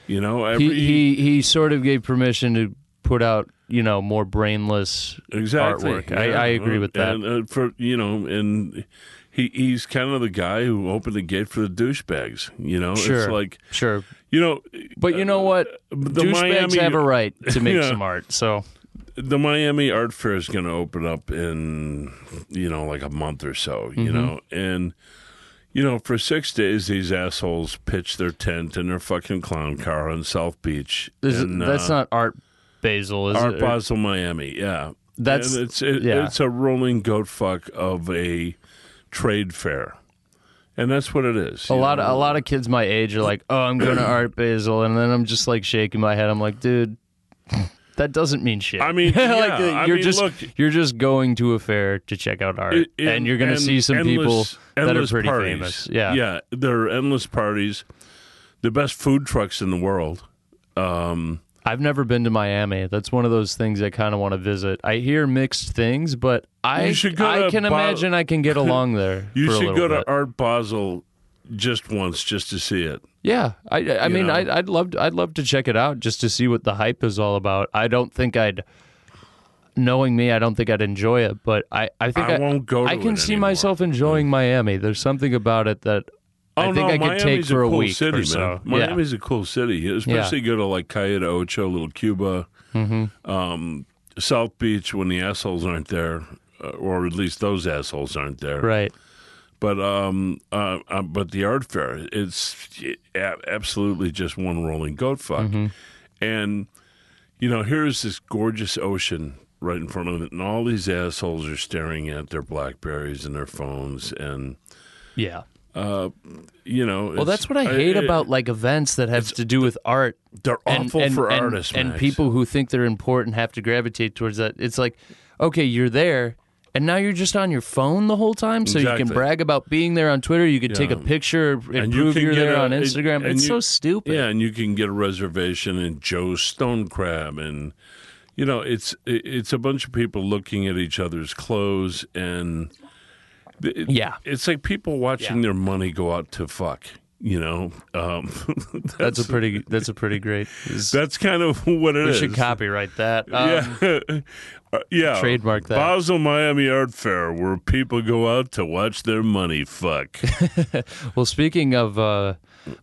Speaker 1: You know, every
Speaker 2: He he he sort of gave permission to put out you know more brainless
Speaker 1: exactly.
Speaker 2: artwork. I,
Speaker 1: Yeah,
Speaker 2: I agree with that.
Speaker 1: And, uh, for you know, and he he's kind of the guy who opened the gate for the douchebags. You know,
Speaker 2: Sure.
Speaker 1: it's like
Speaker 2: sure,
Speaker 1: you know,
Speaker 2: but you know what?
Speaker 1: the
Speaker 2: Douchebags
Speaker 1: Miami-
Speaker 2: have a right to make
Speaker 1: Yeah.
Speaker 2: some art. So
Speaker 1: the Miami Art Fair is going to open up in you know like a month or so, you
Speaker 2: Mm-hmm.
Speaker 1: know, and you know for six days these assholes pitch their tent and their fucking clown car on South Beach.
Speaker 2: this,
Speaker 1: in,
Speaker 2: that's
Speaker 1: uh,
Speaker 2: not art. Basil is uh,
Speaker 1: Art
Speaker 2: it?
Speaker 1: Basel, Miami. Yeah,
Speaker 2: That's-
Speaker 1: And it's it,
Speaker 2: yeah.
Speaker 1: it's a rolling goat fuck of a trade fair, and that's what it is.
Speaker 2: A
Speaker 1: you
Speaker 2: lot
Speaker 1: know?
Speaker 2: of a lot of kids my age are like, "Oh, I'm going to Art Basel," and then I'm just like shaking my head. I'm like, "Dude, that doesn't mean shit."
Speaker 1: I mean,
Speaker 2: like
Speaker 1: yeah,
Speaker 2: uh,
Speaker 1: I
Speaker 2: you're
Speaker 1: mean,
Speaker 2: just
Speaker 1: look-
Speaker 2: you're just going to a fair to check out art,
Speaker 1: It- it-
Speaker 2: and you're going to
Speaker 1: and
Speaker 2: see some people
Speaker 1: endless-
Speaker 2: that are
Speaker 1: endless
Speaker 2: pretty
Speaker 1: parties.
Speaker 2: famous. Yeah,
Speaker 1: yeah, there are endless parties, the best food trucks in the world.
Speaker 2: I've never been to Miami. That's one of those things I kind of want to visit. I hear mixed things, but I
Speaker 1: You should go
Speaker 2: I
Speaker 1: to
Speaker 2: can
Speaker 1: Bo-
Speaker 2: imagine I can get along there.
Speaker 1: You
Speaker 2: for a
Speaker 1: should
Speaker 2: little
Speaker 1: go to
Speaker 2: bit.
Speaker 1: Art Basel just once, just to see it.
Speaker 2: Yeah, I I I mean
Speaker 1: know?
Speaker 2: I I'd love to, I'd love to check it out just to see what the hype is all about. I don't think I'd knowing me, I don't think I'd enjoy it, but I I think
Speaker 1: I won't go
Speaker 2: I
Speaker 1: to
Speaker 2: can
Speaker 1: it
Speaker 2: see
Speaker 1: anymore. Oh,
Speaker 2: myself enjoying Miami. There's something about it that I think I could
Speaker 1: Miami's
Speaker 2: take for a,
Speaker 1: cool
Speaker 2: week
Speaker 1: city,
Speaker 2: or so.
Speaker 1: Man. Miami's a cool city, especially go to like Cayeta Ocho, Little Cuba,
Speaker 2: Mm-hmm.
Speaker 1: um, South Beach when the assholes aren't there, uh, or at least those assholes aren't there.
Speaker 2: yeah, right.
Speaker 1: But um, uh, uh, but the art fair, it's a- absolutely just one rolling goat fuck,
Speaker 2: Mm-hmm.
Speaker 1: and you know here's this gorgeous ocean right in front of it, and all these assholes are staring at their blackberries and their phones and.
Speaker 2: Yeah.
Speaker 1: You know,
Speaker 2: Well, that's what I hate about like events that have to do with art.
Speaker 1: They're
Speaker 2: and-
Speaker 1: awful
Speaker 2: and,
Speaker 1: for
Speaker 2: and,
Speaker 1: artists,
Speaker 2: and
Speaker 1: Max.
Speaker 2: people who think they're important have to gravitate towards that. It's like, okay, you're there, and now you're just on your phone the whole time, so you
Speaker 1: Exactly.
Speaker 2: can brag about being there on Twitter. You can take a
Speaker 1: Yeah.
Speaker 2: picture, and
Speaker 1: you
Speaker 2: prove
Speaker 1: can
Speaker 2: you're
Speaker 1: get
Speaker 2: there
Speaker 1: a-
Speaker 2: on
Speaker 1: and-
Speaker 2: Instagram.
Speaker 1: and
Speaker 2: it's
Speaker 1: you-
Speaker 2: so stupid.
Speaker 1: Yeah, and you can get a reservation in Joe's Stone Crab, and you know it's it- it's a bunch of people looking at each other's clothes, and it-
Speaker 2: Yeah.
Speaker 1: it's like people watching
Speaker 2: Yeah.
Speaker 1: their money go out to fuck. You know, um,
Speaker 2: That's
Speaker 1: that's
Speaker 2: a pretty. That's a pretty great.
Speaker 1: that's kind of what it is.
Speaker 2: we should copyright that. Um,
Speaker 1: yeah, Uh, yeah.
Speaker 2: trademark that.
Speaker 1: Basel Miami Art Fair, where people go out to watch their money fuck.
Speaker 2: Well, speaking of uh,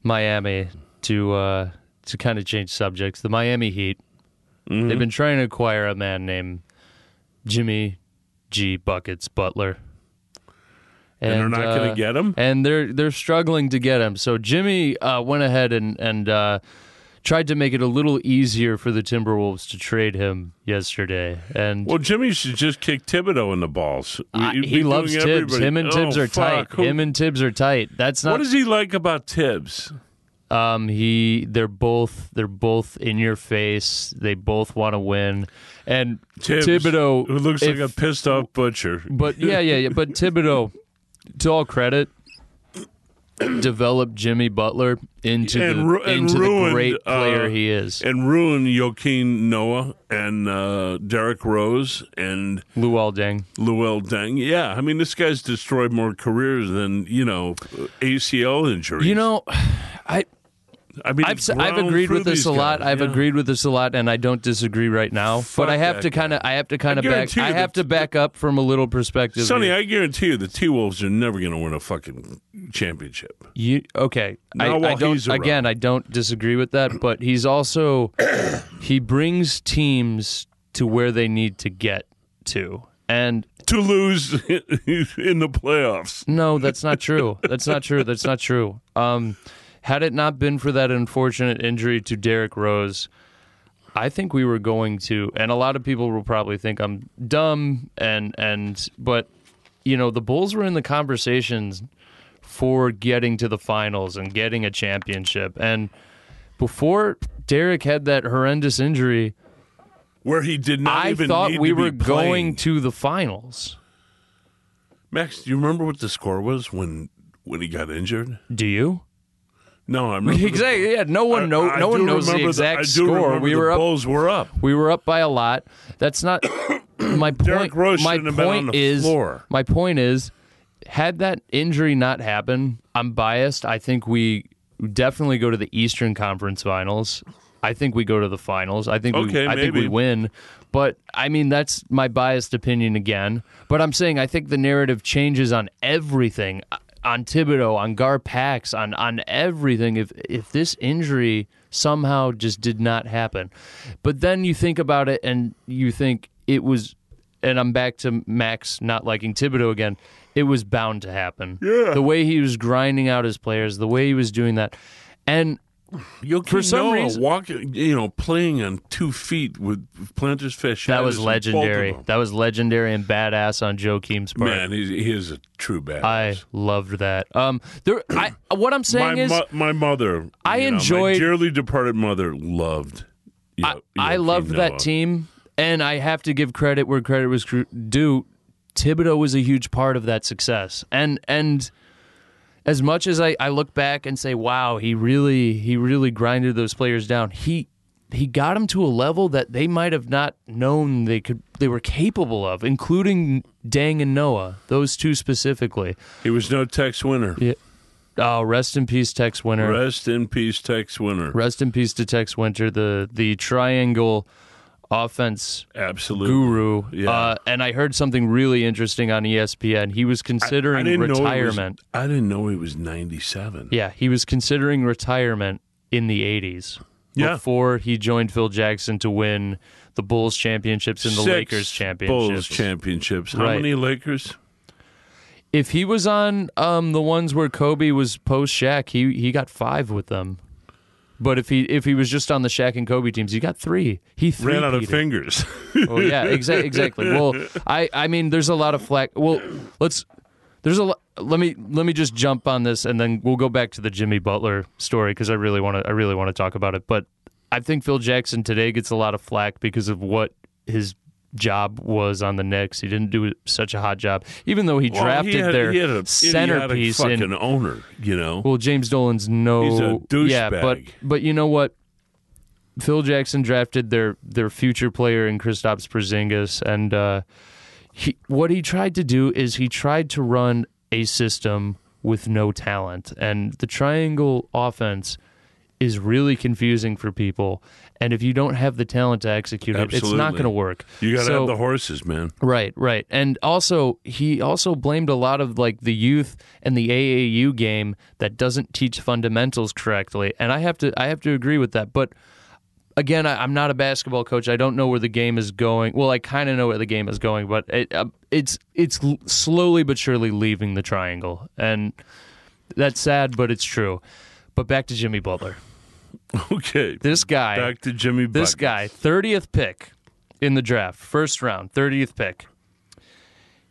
Speaker 2: Miami, to uh, to kind of change subjects, the Miami Heat they've
Speaker 1: Mm-hmm.
Speaker 2: been trying to acquire a man named Jimmy G Buckets Butler,
Speaker 1: And they're not gonna
Speaker 2: uh,
Speaker 1: get him?
Speaker 2: and they're they're struggling to get him. So Jimmy uh, went ahead and and uh, tried to make it a little easier for the Timberwolves to trade him yesterday, and.
Speaker 1: Well, Jimmy should just kick Thibodeau in the balls. We-
Speaker 2: I-
Speaker 1: we'd
Speaker 2: he
Speaker 1: be
Speaker 2: loves
Speaker 1: doing
Speaker 2: Tibbs.
Speaker 1: everybody-
Speaker 2: Him and Tibbs
Speaker 1: Oh,
Speaker 2: are
Speaker 1: fuck.
Speaker 2: tight.
Speaker 1: Who-
Speaker 2: Him and Tibbs are tight. That's not
Speaker 1: what is he like about Tibbs?
Speaker 2: Um, he, they're both, they're both in your face. They both want to win, and
Speaker 1: Tibbs,
Speaker 2: Thibodeau,
Speaker 1: who looks
Speaker 2: if-
Speaker 1: like a pissed off butcher.
Speaker 2: but yeah, yeah, yeah. But Thibodeau, to all credit, developed Jimmy Butler into
Speaker 1: And
Speaker 2: the
Speaker 1: ru- and
Speaker 2: into the
Speaker 1: ruined,
Speaker 2: great player
Speaker 1: uh,
Speaker 2: he is.
Speaker 1: And ruin Joaquin Noah and uh, Derek Rose and
Speaker 2: Lou Aldeng.
Speaker 1: Luel Deng. Yeah, I mean, this guy's destroyed more careers than, you know, ACL injuries.
Speaker 2: You know, I
Speaker 1: I mean,
Speaker 2: I've,
Speaker 1: it's
Speaker 2: s- I've
Speaker 1: ground
Speaker 2: agreed
Speaker 1: through
Speaker 2: with this
Speaker 1: these
Speaker 2: a lot.
Speaker 1: guys.
Speaker 2: I've
Speaker 1: Yeah.
Speaker 2: agreed with this a lot, and I don't disagree right now.
Speaker 1: Fuck
Speaker 2: but I have
Speaker 1: that
Speaker 2: to kind of, I have to kind of back,
Speaker 1: guarantee you
Speaker 2: I have
Speaker 1: that-
Speaker 2: to back up from a little perspective. here.
Speaker 1: Sonny, I guarantee you the T Wolves are never going to win a fucking championship.
Speaker 2: You okay?
Speaker 1: Not
Speaker 2: I, I
Speaker 1: while
Speaker 2: don't.
Speaker 1: he's around.
Speaker 2: again, I don't disagree with that, but he's also he brings teams to where they need to get to, and
Speaker 1: To lose in the playoffs.
Speaker 2: no, that's not true. That's not true. That's not true. Um, had it not been for that unfortunate injury to Derrick Rose, I think we were going to, and a lot of people will probably think I'm dumb and and but you know the Bulls were in the conversations for getting to the finals and getting a championship, and before Derrick had that horrendous injury,
Speaker 1: where he did not
Speaker 2: I
Speaker 1: even
Speaker 2: thought
Speaker 1: need
Speaker 2: we
Speaker 1: to be
Speaker 2: were going
Speaker 1: playing.
Speaker 2: to the finals.
Speaker 1: Max, do you remember what the score was when when he got injured?
Speaker 2: Do you?
Speaker 1: No, I remember the-
Speaker 2: Exactly. Yeah. No
Speaker 1: I-
Speaker 2: one know.
Speaker 1: I
Speaker 2: No one
Speaker 1: do
Speaker 2: knows the
Speaker 1: remember
Speaker 2: exact
Speaker 1: I do
Speaker 2: score.
Speaker 1: remember
Speaker 2: We
Speaker 1: the
Speaker 2: were up.
Speaker 1: Bulls were up.
Speaker 2: We were up by a lot. That's not my point.
Speaker 1: Derrick Rose
Speaker 2: my
Speaker 1: shouldn't have been on
Speaker 2: point
Speaker 1: the
Speaker 2: is
Speaker 1: floor.
Speaker 2: my point is, had that injury not happened, I'm biased. I think we definitely go to the Eastern Conference Finals. I think we go to the finals. I think
Speaker 1: Okay,
Speaker 2: we, I think we
Speaker 1: maybe.
Speaker 2: win. But I mean, that's my biased opinion again. But I'm saying I think the narrative changes on everything, on Thibodeau, on Gar Pax, on on everything. If if this injury somehow just did not happen, but then you think about it and you think it was, and I'm back to Max not liking Thibodeau again. It was bound to happen. Yeah. The way he was grinding out his players, the way he was doing that, and
Speaker 1: For
Speaker 2: some
Speaker 1: Noah
Speaker 2: reason-
Speaker 1: walking, you know, playing on two feet with plantar fasciitis.
Speaker 2: That was
Speaker 1: in both of
Speaker 2: legendary.
Speaker 1: them.
Speaker 2: That was legendary and badass on Joaquim's part.
Speaker 1: Man, he's, he is a true badass.
Speaker 2: I loved that. Um, there. I what I'm
Speaker 1: my
Speaker 2: saying is,
Speaker 1: mo- my mother,
Speaker 2: I
Speaker 1: you know,
Speaker 2: enjoyed-
Speaker 1: my dearly departed mother loved. Yo-
Speaker 2: I, I
Speaker 1: Joakim
Speaker 2: loved
Speaker 1: Noah.
Speaker 2: that team, and I have to give credit where credit was cr- due. Thibodeau was a huge part of that success, and and as much as I, I look back and say, wow, he really he really grinded those players down. He he got them to a level that they might have not known they could they were capable of, including Dang and Noah, those two specifically.
Speaker 1: He was no Tex winner.
Speaker 2: Oh, rest in peace, Tex Winter.
Speaker 1: Rest in peace, Tex winner.
Speaker 2: Rest in peace to Tex Winter, the the triangle offense
Speaker 1: Absolutely.
Speaker 2: guru.
Speaker 1: Yeah.
Speaker 2: Uh, and I heard something really interesting on E ESPN. He was considering retirement.
Speaker 1: Know he was, I didn't know he was 97.
Speaker 2: Yeah, he was considering retirement in the 80s.
Speaker 1: Yeah.
Speaker 2: Before he joined Phil Jackson to win the Bulls championships and the
Speaker 1: Six
Speaker 2: Lakers championships.
Speaker 1: Bulls championships. How
Speaker 2: Right.
Speaker 1: many Lakers?
Speaker 2: if he was on um, the ones where Kobe was post Shaq, he he got five with them. But if he if he was just on the Shaq and Kobe teams, he got three. He three
Speaker 1: Ran out of fingers.
Speaker 2: Well, Oh, yeah, exa- exactly. Well, I, I mean, there's a lot of flack. Well, let's there's a lo- let me let me just jump on this, and then we'll go back to the Jimmy Butler story because I really want to I really want to talk about it. But I think Phil Jackson today gets a lot of flack because of what his job was on the Knicks. He didn't do such a hot job, even though he
Speaker 1: Well,
Speaker 2: drafted
Speaker 1: he had,
Speaker 2: their
Speaker 1: he had a idiotic
Speaker 2: centerpiece
Speaker 1: fucking
Speaker 2: in
Speaker 1: owner, you know.
Speaker 2: well, James Dolan's no.
Speaker 1: He's a douchebag.
Speaker 2: Yeah, but but you know what? Phil Jackson drafted their their future player in Kristaps Porzingis, and uh, he what he tried to do is he tried to run a system with no talent, and the triangle offense is really confusing for people. And if you don't have the talent to execute it, it's not
Speaker 1: Absolutely.
Speaker 2: going to work.
Speaker 1: you got to
Speaker 2: So-
Speaker 1: have the horses, man.
Speaker 2: Right, right. And also he also blamed a lot of like the youth and the AAU game that doesn't teach fundamentals correctly. And I have to I have to agree with that. But again, I, I'm not a basketball coach. I don't know where the game is going. Well, I kind of know where the game is going, but it, uh, it's it's l- slowly but surely leaving the triangle. And that's sad, but it's true. But back to Jimmy Butler.
Speaker 1: Okay.
Speaker 2: This guy
Speaker 1: Back to Jimmy
Speaker 2: this
Speaker 1: Buckets.
Speaker 2: guy, 30th pick in the draft, first round, 30th pick.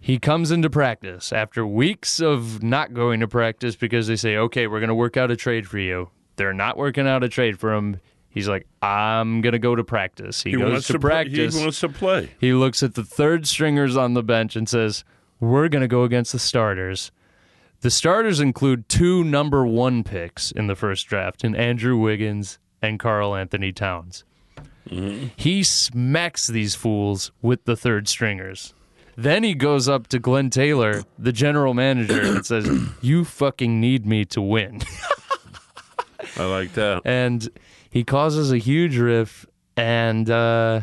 Speaker 2: He comes into practice after weeks of not going to practice because they say, okay, we're going to work out a trade for you. They're not working out a trade for him. He's like, I'm going to go to practice. He,
Speaker 1: He
Speaker 2: goes
Speaker 1: wants
Speaker 2: to,
Speaker 1: to play-
Speaker 2: practice.
Speaker 1: He wants to play.
Speaker 2: He looks at the third stringers on the bench and says, We're going to go against the starters. The starters include two number one picks in the first draft in Andrew Wiggins and Carl Anthony Towns. He smacks these fools with the third stringers. Then he goes up to Glenn Taylor, the general manager, and says, You fucking need me to win.
Speaker 1: I like that.
Speaker 2: and he causes a huge riff. And uh,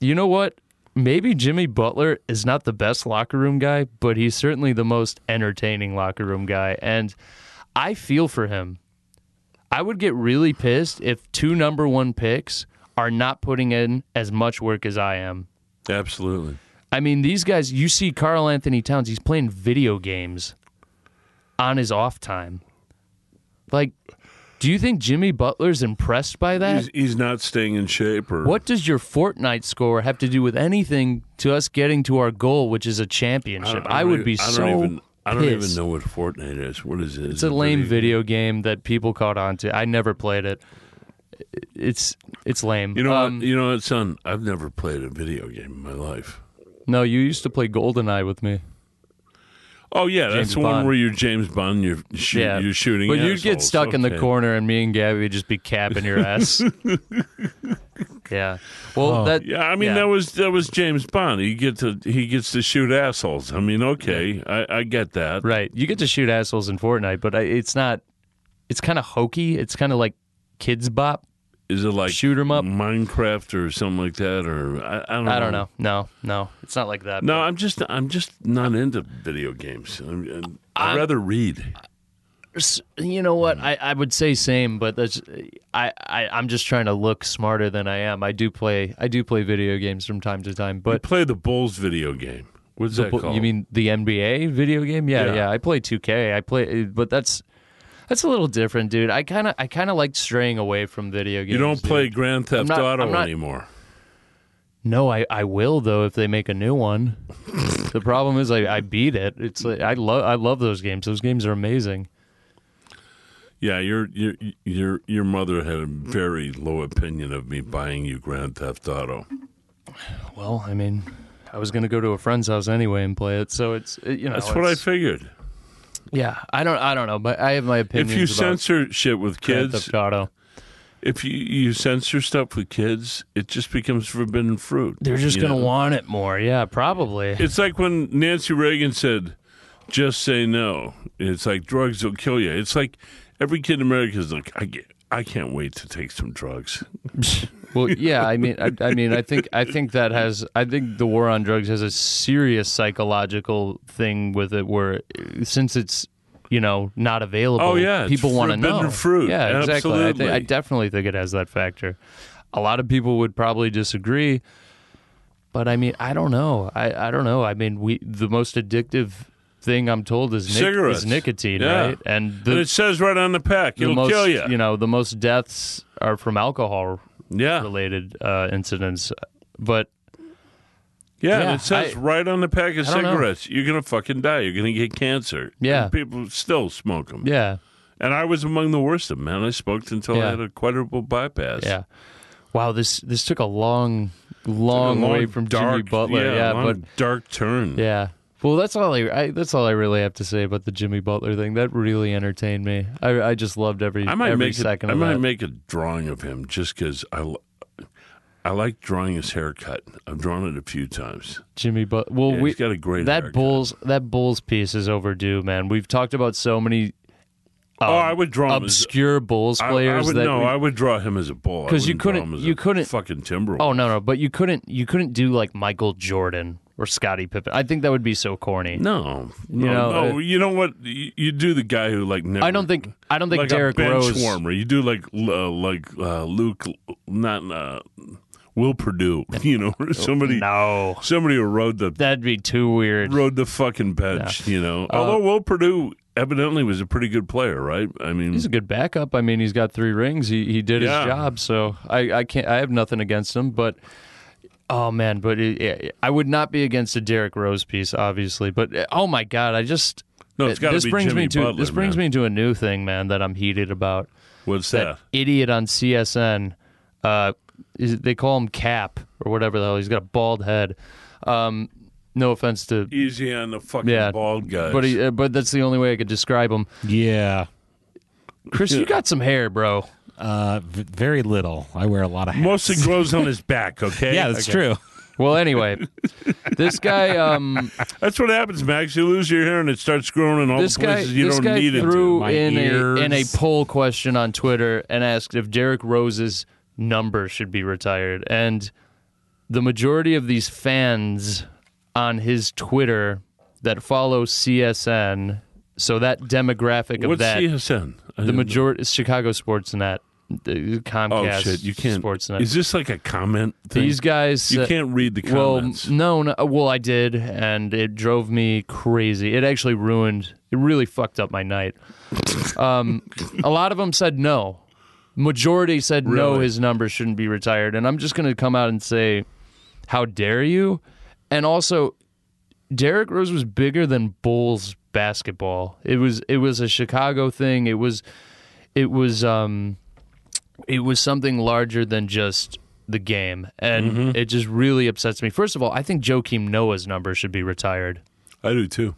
Speaker 2: you know what? Maybe Jimmy Butler is not the best locker room guy, but he's certainly the most entertaining locker room guy. And I feel for him. I would get really pissed if two number one picks are not putting in as much work as I am.
Speaker 1: Absolutely.
Speaker 2: I mean, these guys, you see Carl Anthony Towns, he's playing video games on his off time. Like, do you think Jimmy Butler's impressed by that?
Speaker 1: He's, he's not staying in shape or
Speaker 2: what does your Fortnite score have to do with anything to us getting to our goal, which is a championship? I, would
Speaker 1: don't
Speaker 2: be
Speaker 1: e- I don't
Speaker 2: so.
Speaker 1: even I don't even
Speaker 2: pissed.
Speaker 1: know what Fortnite is. What is it?
Speaker 2: It's a lame video game that people caught on to. I never played it. It's it's lame.
Speaker 1: You know
Speaker 2: Um,
Speaker 1: what, you know what, son? I've never played a video game in my life.
Speaker 2: no, you used to play GoldenEye with me.
Speaker 1: Oh yeah, that's
Speaker 2: James
Speaker 1: the one
Speaker 2: Bond.
Speaker 1: where you're James Bond, you're shoot,
Speaker 2: Yeah,
Speaker 1: you're shooting.
Speaker 2: But you'd get
Speaker 1: assholes.
Speaker 2: stuck in the
Speaker 1: Okay.
Speaker 2: corner, and me and Gabby would just be capping your ass. yeah. Well, that
Speaker 1: Oh, Yeah, I mean that was that was James Bond. He get to he gets to shoot assholes. I mean, okay, I, I get that.
Speaker 2: right. You get to shoot assholes in Fortnite, but I, it's not. It's kind of hokey. It's kind of like kids bop.
Speaker 1: Is it like
Speaker 2: Shoot 'em up?
Speaker 1: Minecraft or something like that, or I, I don't.
Speaker 2: I don't know. No, no, it's not like that.
Speaker 1: Mm. No, I'm just I'm just not into video games. I'm, I'm, I'd rather read.
Speaker 2: S- you know what? I, I would say same, but that's I, I I'm just trying to look smarter than I am. I do play I do play video games from time to time,
Speaker 1: I
Speaker 2: but
Speaker 1: play the Bulls video game. What's that
Speaker 2: Well,
Speaker 1: called?
Speaker 2: You mean the NBA video game? Yeah, yeah.
Speaker 1: Yeah.
Speaker 2: I play 2K. I play, but that's that's a little different, dude. I kind of I kind of like straying away from video games.
Speaker 1: you don't
Speaker 2: dude.
Speaker 1: play Grand Theft
Speaker 2: not-
Speaker 1: Auto
Speaker 2: I'm not-
Speaker 1: anymore.
Speaker 2: No, I I will though if they make a new one. the problem is I, I beat it. It's like, I love I love those games. Those games are amazing.
Speaker 1: Yeah, your your your your mother had a very low opinion of me buying you Grand Theft Auto.
Speaker 2: Well, I mean, I was gonna go to a friend's house anyway and play it, so it's it- you know
Speaker 1: That's what I
Speaker 2: it's-
Speaker 1: figured.
Speaker 2: yeah, I don't I don't know, but I have my opinions
Speaker 1: If you
Speaker 2: about
Speaker 1: censor shit with
Speaker 2: Grand
Speaker 1: kids,
Speaker 2: Theft Auto.
Speaker 1: if you, you censor stuff with kids, it just becomes forbidden fruit.
Speaker 2: They're just
Speaker 1: you
Speaker 2: going to
Speaker 1: know?
Speaker 2: want it more. Yeah, probably.
Speaker 1: It's like when Nancy Reagan said, "Just say no." It's like drugs will kill you. It's like every kid in America is like, "I get, I can't wait to take some drugs."
Speaker 2: Well, yeah, I mean, I, I mean, I think, I think that has, I think the war on drugs has a serious psychological thing with it, where uh, since it's, you know, not available,
Speaker 1: Oh, yeah, it's
Speaker 2: people want to
Speaker 1: forbidden
Speaker 2: know.
Speaker 1: fruit,
Speaker 2: Yeah, exactly. I, thi- I
Speaker 1: absolutely.
Speaker 2: definitely think it has that factor. A lot of people would probably disagree, but I mean, I don't know. I, I don't know. I mean, we the most addictive thing I'm told is, nic-
Speaker 1: Cigarettes.
Speaker 2: is nicotine,
Speaker 1: Yeah.
Speaker 2: right? And the,
Speaker 1: and it says right on the pack,
Speaker 2: the
Speaker 1: "It'll
Speaker 2: most,
Speaker 1: kill you."
Speaker 2: know, the most deaths are from alcohol
Speaker 1: yeah,
Speaker 2: related uh, incidents. But
Speaker 1: yeah. and
Speaker 2: Yeah,
Speaker 1: it says
Speaker 2: I-
Speaker 1: right on the pack of
Speaker 2: I don't know.
Speaker 1: cigarettes, "You're gonna fucking die. You're gonna get cancer."
Speaker 2: Yeah.
Speaker 1: And people still smoke them.
Speaker 2: yeah,
Speaker 1: And I was among the worst of them, man. I smoked until I
Speaker 2: Yeah.
Speaker 1: had a quadruple bypass.
Speaker 2: yeah. Wow, this this took a long, long, way from Jimmy Butler.
Speaker 1: Yeah,
Speaker 2: Yeah,
Speaker 1: long,
Speaker 2: but
Speaker 1: dark turn.
Speaker 2: yeah. Well, that's all I, I that's all I really have to say about the Jimmy Butler thing. That really entertained me. I, I just loved every
Speaker 1: I might
Speaker 2: every
Speaker 1: make
Speaker 2: second
Speaker 1: a, I
Speaker 2: of
Speaker 1: might
Speaker 2: that.
Speaker 1: make a drawing of him just because I, l- I like drawing his haircut. I've drawn it a few times.
Speaker 2: Jimmy Butler. Well,
Speaker 1: Yeah,
Speaker 2: we
Speaker 1: he's got a great
Speaker 2: that
Speaker 1: haircut.
Speaker 2: Bulls that Bulls piece is overdue, man. We've talked about so many
Speaker 1: oh, I would draw him as
Speaker 2: obscure Bulls
Speaker 1: I-
Speaker 2: players
Speaker 1: I would,
Speaker 2: Um, that
Speaker 1: no,
Speaker 2: we-
Speaker 1: I would draw him as a bull I
Speaker 2: 'Cause you
Speaker 1: wouldn't draw
Speaker 2: couldn't-
Speaker 1: him as
Speaker 2: you
Speaker 1: a
Speaker 2: couldn't-
Speaker 1: fucking Timberwolves.
Speaker 2: Oh no, no, but you couldn't you couldn't do like Michael Jordan or Scottie Pippen. I think that would be so corny.
Speaker 1: no, no,
Speaker 2: You know,
Speaker 1: no.
Speaker 2: uh,
Speaker 1: you know what? You, you do the guy who like never.
Speaker 2: I don't think I don't think
Speaker 1: like
Speaker 2: Derrick
Speaker 1: a bench
Speaker 2: Rose.
Speaker 1: warmer. You do like uh, like uh, Luke, not uh, Will Purdue. You know, or somebody
Speaker 2: Oh, No,
Speaker 1: somebody who rode the
Speaker 2: that'd be too weird.
Speaker 1: rode the fucking bench, you know.
Speaker 2: Uh,
Speaker 1: Although Will Purdue evidently was a pretty good player, right? I mean,
Speaker 2: He's a good backup. I mean, he's got three rings. He he did
Speaker 1: Yeah.
Speaker 2: his job. So I I can't I have nothing against him. But oh man, but it, it- I would not be against a Derrick Rose piece, obviously. But uh, oh my God, I just.
Speaker 1: No, it's gotta
Speaker 2: uh, this
Speaker 1: be
Speaker 2: brings
Speaker 1: Jimmy
Speaker 2: me to
Speaker 1: Butler,
Speaker 2: this brings
Speaker 1: man.
Speaker 2: me to a new thing, man, that I'm heated about.
Speaker 1: what's
Speaker 2: that
Speaker 1: that?
Speaker 2: idiot on CSN. Uh, is, they call him Cap or whatever the hell. He's got a bald head. Um, no offense to,
Speaker 1: Easy on the fucking
Speaker 2: Yeah,
Speaker 1: bald guys.
Speaker 2: but he, uh, but that's the only way I could describe him.
Speaker 3: Yeah.
Speaker 2: Chris, you got some hair, bro.
Speaker 3: Uh, v- very little. I wear a lot of hats.
Speaker 1: mostly grows on his back. Okay,
Speaker 3: yeah, that's true.
Speaker 2: Well, anyway, this guy, um,
Speaker 1: that's what happens, Max. You lose your hair and it starts growing in all
Speaker 2: this
Speaker 1: the
Speaker 2: guy,
Speaker 1: places you
Speaker 2: this
Speaker 1: don't
Speaker 2: guy
Speaker 1: need
Speaker 2: threw
Speaker 3: My
Speaker 2: in
Speaker 3: ears.
Speaker 2: a in a poll question on Twitter and asked if Derek Rose's number should be retired, and the majority of these fans on his Twitter that follow CSN, so that demographic
Speaker 1: it to.
Speaker 2: of
Speaker 1: What's
Speaker 2: that,
Speaker 1: CSN? I
Speaker 2: the
Speaker 1: didn't-
Speaker 2: majority is Chicago Sportsnet, the
Speaker 1: Oh
Speaker 2: Comcast,
Speaker 1: shit, you can't.
Speaker 2: Sportsnet.
Speaker 1: Is this like a comment? Thing?
Speaker 2: these guys,
Speaker 1: you
Speaker 2: uh,
Speaker 1: can't read the
Speaker 2: well,
Speaker 1: comments.
Speaker 2: no, no, uh, well, I did, and it drove me crazy. It actually ruined. It really fucked up my night. Um, a lot of them said no. Majority said no.
Speaker 1: Really?
Speaker 2: His number shouldn't be retired, and I'm just going to come out and say, how dare you? And also, Derrick Rose was bigger than Bulls basketball. It was it was a Chicago thing. It was it was um it was something larger than just the game. And
Speaker 1: Mm-hmm.
Speaker 2: it just really upsets me. First of all, I think Joakim Noah's number should be retired.
Speaker 1: I do too.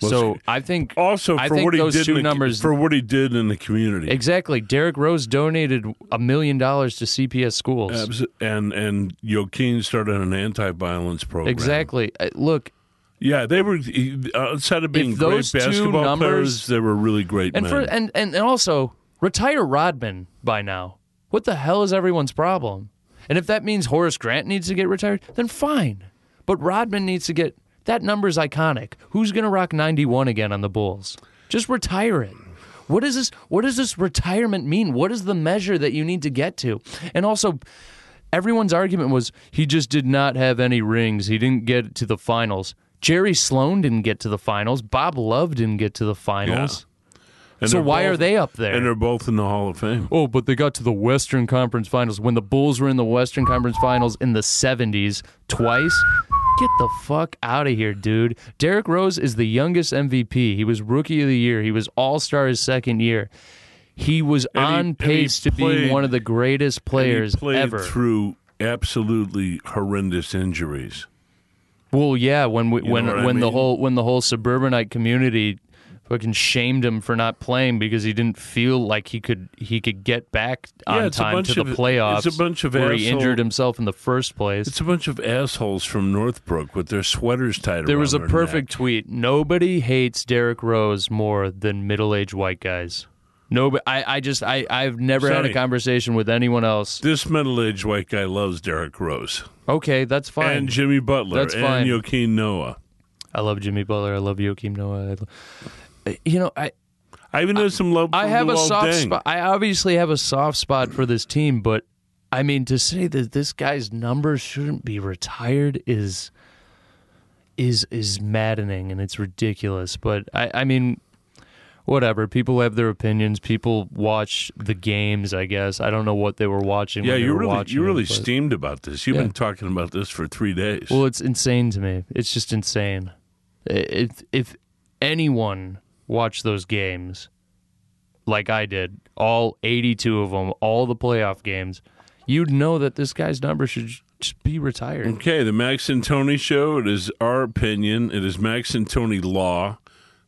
Speaker 2: so I think
Speaker 1: Also,
Speaker 2: I
Speaker 1: for
Speaker 2: think
Speaker 1: what he
Speaker 2: those
Speaker 1: did
Speaker 2: two
Speaker 1: in the,
Speaker 2: numbers
Speaker 1: for what he did in the community,
Speaker 2: exactly. Derrick Rose donated a million dollars to CPS schools.
Speaker 1: Abs- and and Joaquin started an anti-violence program.
Speaker 2: exactly. Uh, Look,
Speaker 1: Yeah, they were he- outside of being
Speaker 2: If
Speaker 1: great
Speaker 2: those two
Speaker 1: basketball
Speaker 2: numbers-
Speaker 1: players, they were really great
Speaker 2: and
Speaker 1: men.
Speaker 2: for and, and and also retire Rodman by now. What the hell is everyone's problem? And if that means Horace Grant needs to get retired, then fine. But Rodman needs to get that number's iconic. Who's gonna rock ninety one again on the Bulls? Just retire it. What is this what does this retirement mean? What is the measure that you need to get to? And also everyone's argument was he just did not have any rings. He didn't get to the finals. Jerry Sloan didn't get to the finals. Bob Love didn't get to the finals.
Speaker 1: And
Speaker 2: So
Speaker 1: they're
Speaker 2: why
Speaker 1: both-
Speaker 2: are they up there?
Speaker 1: And they're both in the Hall of Fame.
Speaker 2: oh, but they got to the Western Conference Finals when the Bulls were in the Western Conference Finals in the 70s twice. Get the fuck out of here, dude. Derrick Rose is the youngest MVP. He was rookie of the year. He was all-star his second year. He was
Speaker 1: And he-
Speaker 2: on
Speaker 1: and he
Speaker 2: pace to
Speaker 1: played-
Speaker 2: be one of the greatest players
Speaker 1: he played
Speaker 2: ever.
Speaker 1: through absolutely horrendous injuries.
Speaker 2: Well, yeah, when we,
Speaker 1: know
Speaker 2: when
Speaker 1: what I
Speaker 2: when the
Speaker 1: mean?
Speaker 2: whole when the whole suburbanite community fucking shamed him for not playing because he didn't feel like he could he could get back on
Speaker 1: Yeah, it's a
Speaker 2: time to
Speaker 1: bunch
Speaker 2: the
Speaker 1: of- it's a
Speaker 2: playoffs.
Speaker 1: bunch of
Speaker 2: where he
Speaker 1: asshole-
Speaker 2: injured himself in the first place.
Speaker 1: It's a bunch of assholes from Northbrook with their sweaters tied
Speaker 2: there
Speaker 1: around
Speaker 2: was a
Speaker 1: their
Speaker 2: perfect tweet. Nobody hates Derrick Rose more than middle-aged white guys. No, I, I just I, I've never had a
Speaker 1: Sorry.
Speaker 2: conversation with anyone else.
Speaker 1: neck. This middle-aged white guy loves Derrick Rose
Speaker 2: Okay, that's fine.
Speaker 1: and Jimmy Butler
Speaker 2: That's
Speaker 1: and
Speaker 2: fine.
Speaker 1: Joaquin Noah.
Speaker 2: I love Jimmy Butler. I love Joakim Noah. I lo- you know, I
Speaker 1: I even know some love.
Speaker 2: I
Speaker 1: from
Speaker 2: have a
Speaker 1: Luol
Speaker 2: soft
Speaker 1: Deng.
Speaker 2: spot. I obviously have a soft spot for this team, but I mean to say that this guy's numbers shouldn't be retired is is is maddening and it's ridiculous. But I, I mean, whatever. People have their opinions. People watch the games. I guess I don't know what they were watching.
Speaker 1: Yeah,
Speaker 2: when they
Speaker 1: you
Speaker 2: were
Speaker 1: really
Speaker 2: watching
Speaker 1: you
Speaker 2: it,
Speaker 1: really
Speaker 2: but-
Speaker 1: steamed about this. You've
Speaker 2: Yeah.
Speaker 1: been talking about this for three days.
Speaker 2: Well, it's insane to me. It's just insane. If if anyone watched those games, like I did, all eighty-two of them, all the playoff games, you'd know that this guy's number should j- just be retired.
Speaker 1: Okay, the Max and Tony show. It is our opinion. It is Max and Tony law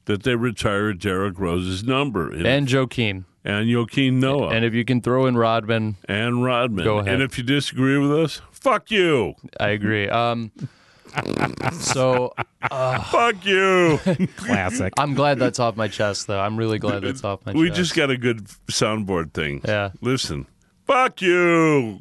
Speaker 1: that they retire Derrick Rose's number and,
Speaker 2: And Joakim,
Speaker 1: and Joaquin Noah
Speaker 2: and
Speaker 1: and,
Speaker 2: if you can throw in Rodman,
Speaker 1: Rodman.
Speaker 2: Go ahead.
Speaker 1: And if you disagree with us, fuck you,
Speaker 2: I agree. Um, so
Speaker 1: fuck you.
Speaker 3: Classic.
Speaker 1: Uh,
Speaker 2: I'm glad that's off my chest, though. I'm really glad that's off my
Speaker 1: we
Speaker 2: chest.
Speaker 1: just got a good soundboard thing.
Speaker 2: Yeah.
Speaker 1: listen, fuck you.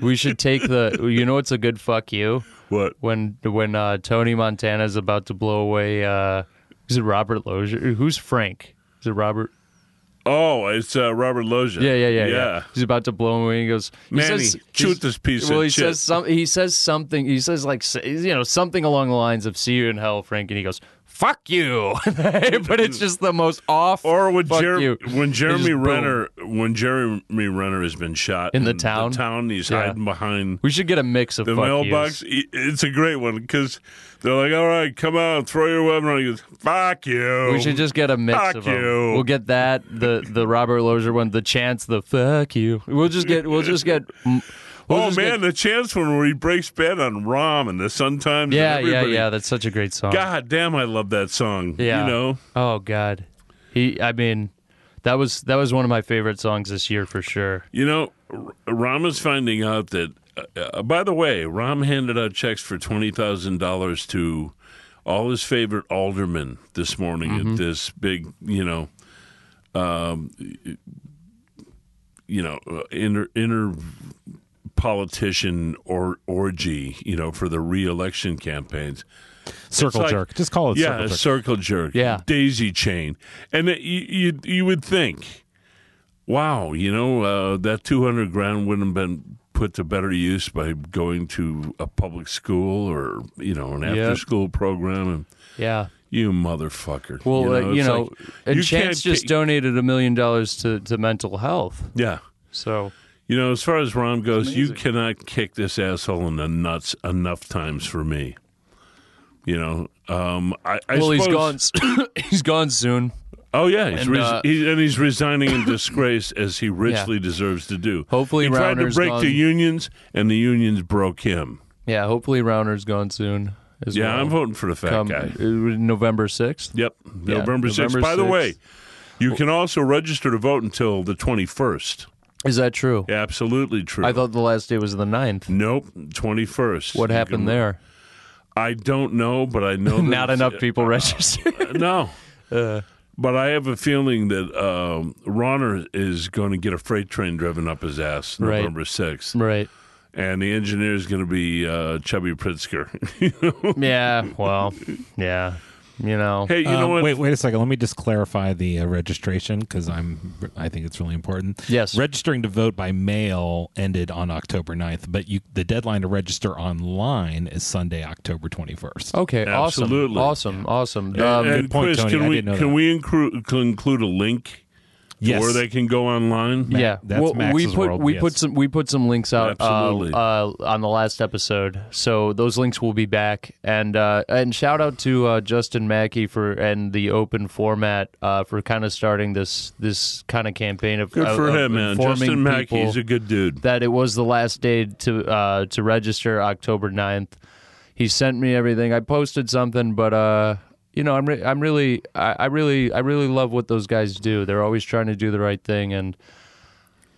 Speaker 2: we should take the. You know, it's a good fuck you.
Speaker 1: What?
Speaker 2: when when uh, Tony Montana is about to blow away. Uh, is it Robert Lozier? Who's Frank? Is it Robert?
Speaker 1: Oh, it's uh, Robert Loggia.
Speaker 2: Yeah, yeah, yeah, yeah.
Speaker 1: yeah.
Speaker 2: He's about to blow him away. He goes, he
Speaker 1: Manny,
Speaker 2: says-
Speaker 1: shoot
Speaker 2: he's-
Speaker 1: this piece
Speaker 2: Well,
Speaker 1: of
Speaker 2: he
Speaker 1: shit.
Speaker 2: says some. He says something. He says like s- you know something along the lines of "See you in hell, Frank," and he goes, "Fuck you." but it's just the most off.
Speaker 1: Or when,
Speaker 2: fuck
Speaker 1: Jer-
Speaker 2: you.
Speaker 1: when
Speaker 2: It's
Speaker 1: Jeremy
Speaker 2: just boom.
Speaker 1: Renner, when Jeremy Renner has been shot
Speaker 2: In the town?
Speaker 1: the town he's
Speaker 2: Yeah.
Speaker 1: hiding behind
Speaker 2: we should get a mix of
Speaker 1: the
Speaker 2: fuck
Speaker 1: mailbox.
Speaker 2: yous.
Speaker 1: i- It's a great one because they're like, "All right, come out, throw your weapon." on." He goes, "Fuck you."
Speaker 2: We should just get a mix
Speaker 1: Fuck
Speaker 2: of 'em.
Speaker 1: you.
Speaker 2: We'll get that the the Robert Lozier one, the chance, the fuck you. We'll just get we'll just get. We'll
Speaker 1: oh
Speaker 2: just get-
Speaker 1: man, the chance one where he breaks bad on Rom and the Sun Times.
Speaker 2: Yeah,
Speaker 1: and
Speaker 2: yeah,
Speaker 1: everybody.
Speaker 2: yeah. That's such a great song.
Speaker 1: God damn, I love that song.
Speaker 2: yeah.
Speaker 1: you know.
Speaker 2: Oh God. He. I mean, that was that was one of my favorite songs this year for sure.
Speaker 1: You know, R- Rahm is finding out that. Uh, uh, by the way, Rahm handed out checks for twenty thousand dollars to all his favorite aldermen this morning at this big, you know, um, you know, uh, inter inter politician or orgy, you know, for the reelection campaigns.
Speaker 3: circle
Speaker 1: like-
Speaker 3: jerk. Just call it
Speaker 1: yeah,
Speaker 3: circle
Speaker 1: a
Speaker 3: jerk.
Speaker 1: circle jerk.
Speaker 2: Yeah.
Speaker 1: daisy chain, and it, you, you you would think, wow, you know uh, that two hundred grand wouldn't have been put to better use by going to a public school or you know an after school program. And
Speaker 2: Yeah.
Speaker 1: you motherfucker.
Speaker 2: Well, uh,
Speaker 1: it's
Speaker 2: you know,
Speaker 1: like,
Speaker 2: and
Speaker 1: you
Speaker 2: Chance
Speaker 1: can't
Speaker 2: just
Speaker 1: pi-
Speaker 2: donated a million dollars to to mental health.
Speaker 1: yeah.
Speaker 2: So
Speaker 1: You know, as far as Rom goes, you cannot kick this asshole in the nuts enough times for me. You know, um, I, I
Speaker 2: well, he's
Speaker 1: suppose-
Speaker 2: gone. s- he's gone soon.
Speaker 1: Oh yeah, he's
Speaker 2: And,
Speaker 1: and,
Speaker 2: uh,
Speaker 1: he, and he's resigning in disgrace as he richly deserves to do.
Speaker 2: Hopefully
Speaker 1: he tried
Speaker 2: Rauner's
Speaker 1: to break
Speaker 2: gone.
Speaker 1: the unions, and the unions broke him.
Speaker 2: Yeah. Hopefully, Rounder's gone soon. As
Speaker 1: Yeah,
Speaker 2: well.
Speaker 1: I'm voting for the fat guy.
Speaker 2: uh, November sixth.
Speaker 1: Yep, November sixth.
Speaker 2: November
Speaker 1: By the
Speaker 2: 6th.
Speaker 1: way, you can also register to vote until the 21st.
Speaker 2: Is that true?
Speaker 1: Absolutely true.
Speaker 2: I thought the last day was the 9th.
Speaker 1: nope, 21st.
Speaker 2: What
Speaker 1: You
Speaker 2: happened
Speaker 1: can-
Speaker 2: there?
Speaker 1: I don't know, but I know that
Speaker 2: Not Uh.
Speaker 1: it's-
Speaker 2: enough people registered.
Speaker 1: no. but I have a feeling that um, Ronner is going to get a freight train driven up his ass
Speaker 2: Right.
Speaker 1: November 6th.
Speaker 2: right.
Speaker 1: And the engineer is going to be uh, Chubby Pritzker.
Speaker 2: Yeah, well, yeah. You know,
Speaker 1: hey, you know
Speaker 3: Um,
Speaker 1: what?
Speaker 3: Wait, wait a second. Let me just clarify the uh, registration because I'm. I think it's really important.
Speaker 2: Yes.
Speaker 3: registering to vote by mail ended on October 9th, but you the deadline to register online is Sunday, October
Speaker 1: Oh,
Speaker 3: 21st.
Speaker 2: okay, awesome,
Speaker 1: Absolutely.
Speaker 2: awesome, awesome.
Speaker 1: and,
Speaker 2: Um,
Speaker 1: and
Speaker 3: good point,
Speaker 1: Chris,
Speaker 3: Tony. I
Speaker 1: can we
Speaker 3: didn't know
Speaker 1: can
Speaker 3: that.
Speaker 1: we include, include a link to
Speaker 3: Yes.
Speaker 1: where they can go online?
Speaker 2: yeah,
Speaker 3: that's
Speaker 2: well, we
Speaker 3: Max's
Speaker 2: put
Speaker 3: world,
Speaker 2: we
Speaker 3: yes.
Speaker 2: put some we put some links out uh,
Speaker 1: Absolutely.
Speaker 2: uh, on the last episode, so those links will be back. And uh, and shout out to uh, Justin Mackey for and the open format uh, for kind of starting this this kind of campaign of
Speaker 1: Good
Speaker 2: of-
Speaker 1: for
Speaker 2: Uh, of
Speaker 1: him, man.
Speaker 2: informing
Speaker 1: Justin
Speaker 2: people.
Speaker 1: Mackey's a good dude.
Speaker 2: that it was the last day to uh, to register October 9th. He sent me everything. I posted something, but uh, you know, I'm re- I'm really I, I really I really love what those guys do. They're always trying to do the right thing, and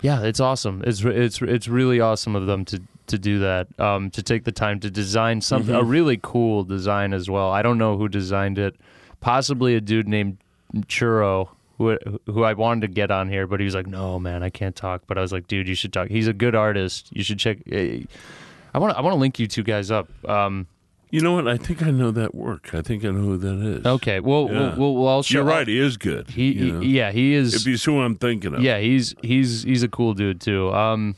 Speaker 2: yeah, it's awesome. It's re- it's it's really awesome of them to to do that. Um, to take the time to design something
Speaker 1: Mm-hmm.
Speaker 2: a really cool design as well. I don't know who designed it. Possibly a dude named Churro who who I wanted to get on here, but he was like, "No, man, I can't talk." But I was like, "Dude, you should talk. He's a good artist. You should check." eh, I want I want to link you two guys up. Um,
Speaker 1: You know what? I think I know that work. I think I know who that is.
Speaker 2: okay, well,
Speaker 1: Yeah.
Speaker 2: we'll, we'll, we'll I'll show.
Speaker 1: You're right. He is good.
Speaker 2: He,
Speaker 1: you know?
Speaker 2: he- yeah, he is.
Speaker 1: if he's who I'm thinking of.
Speaker 2: Yeah, he's he's he's a cool dude too. Um,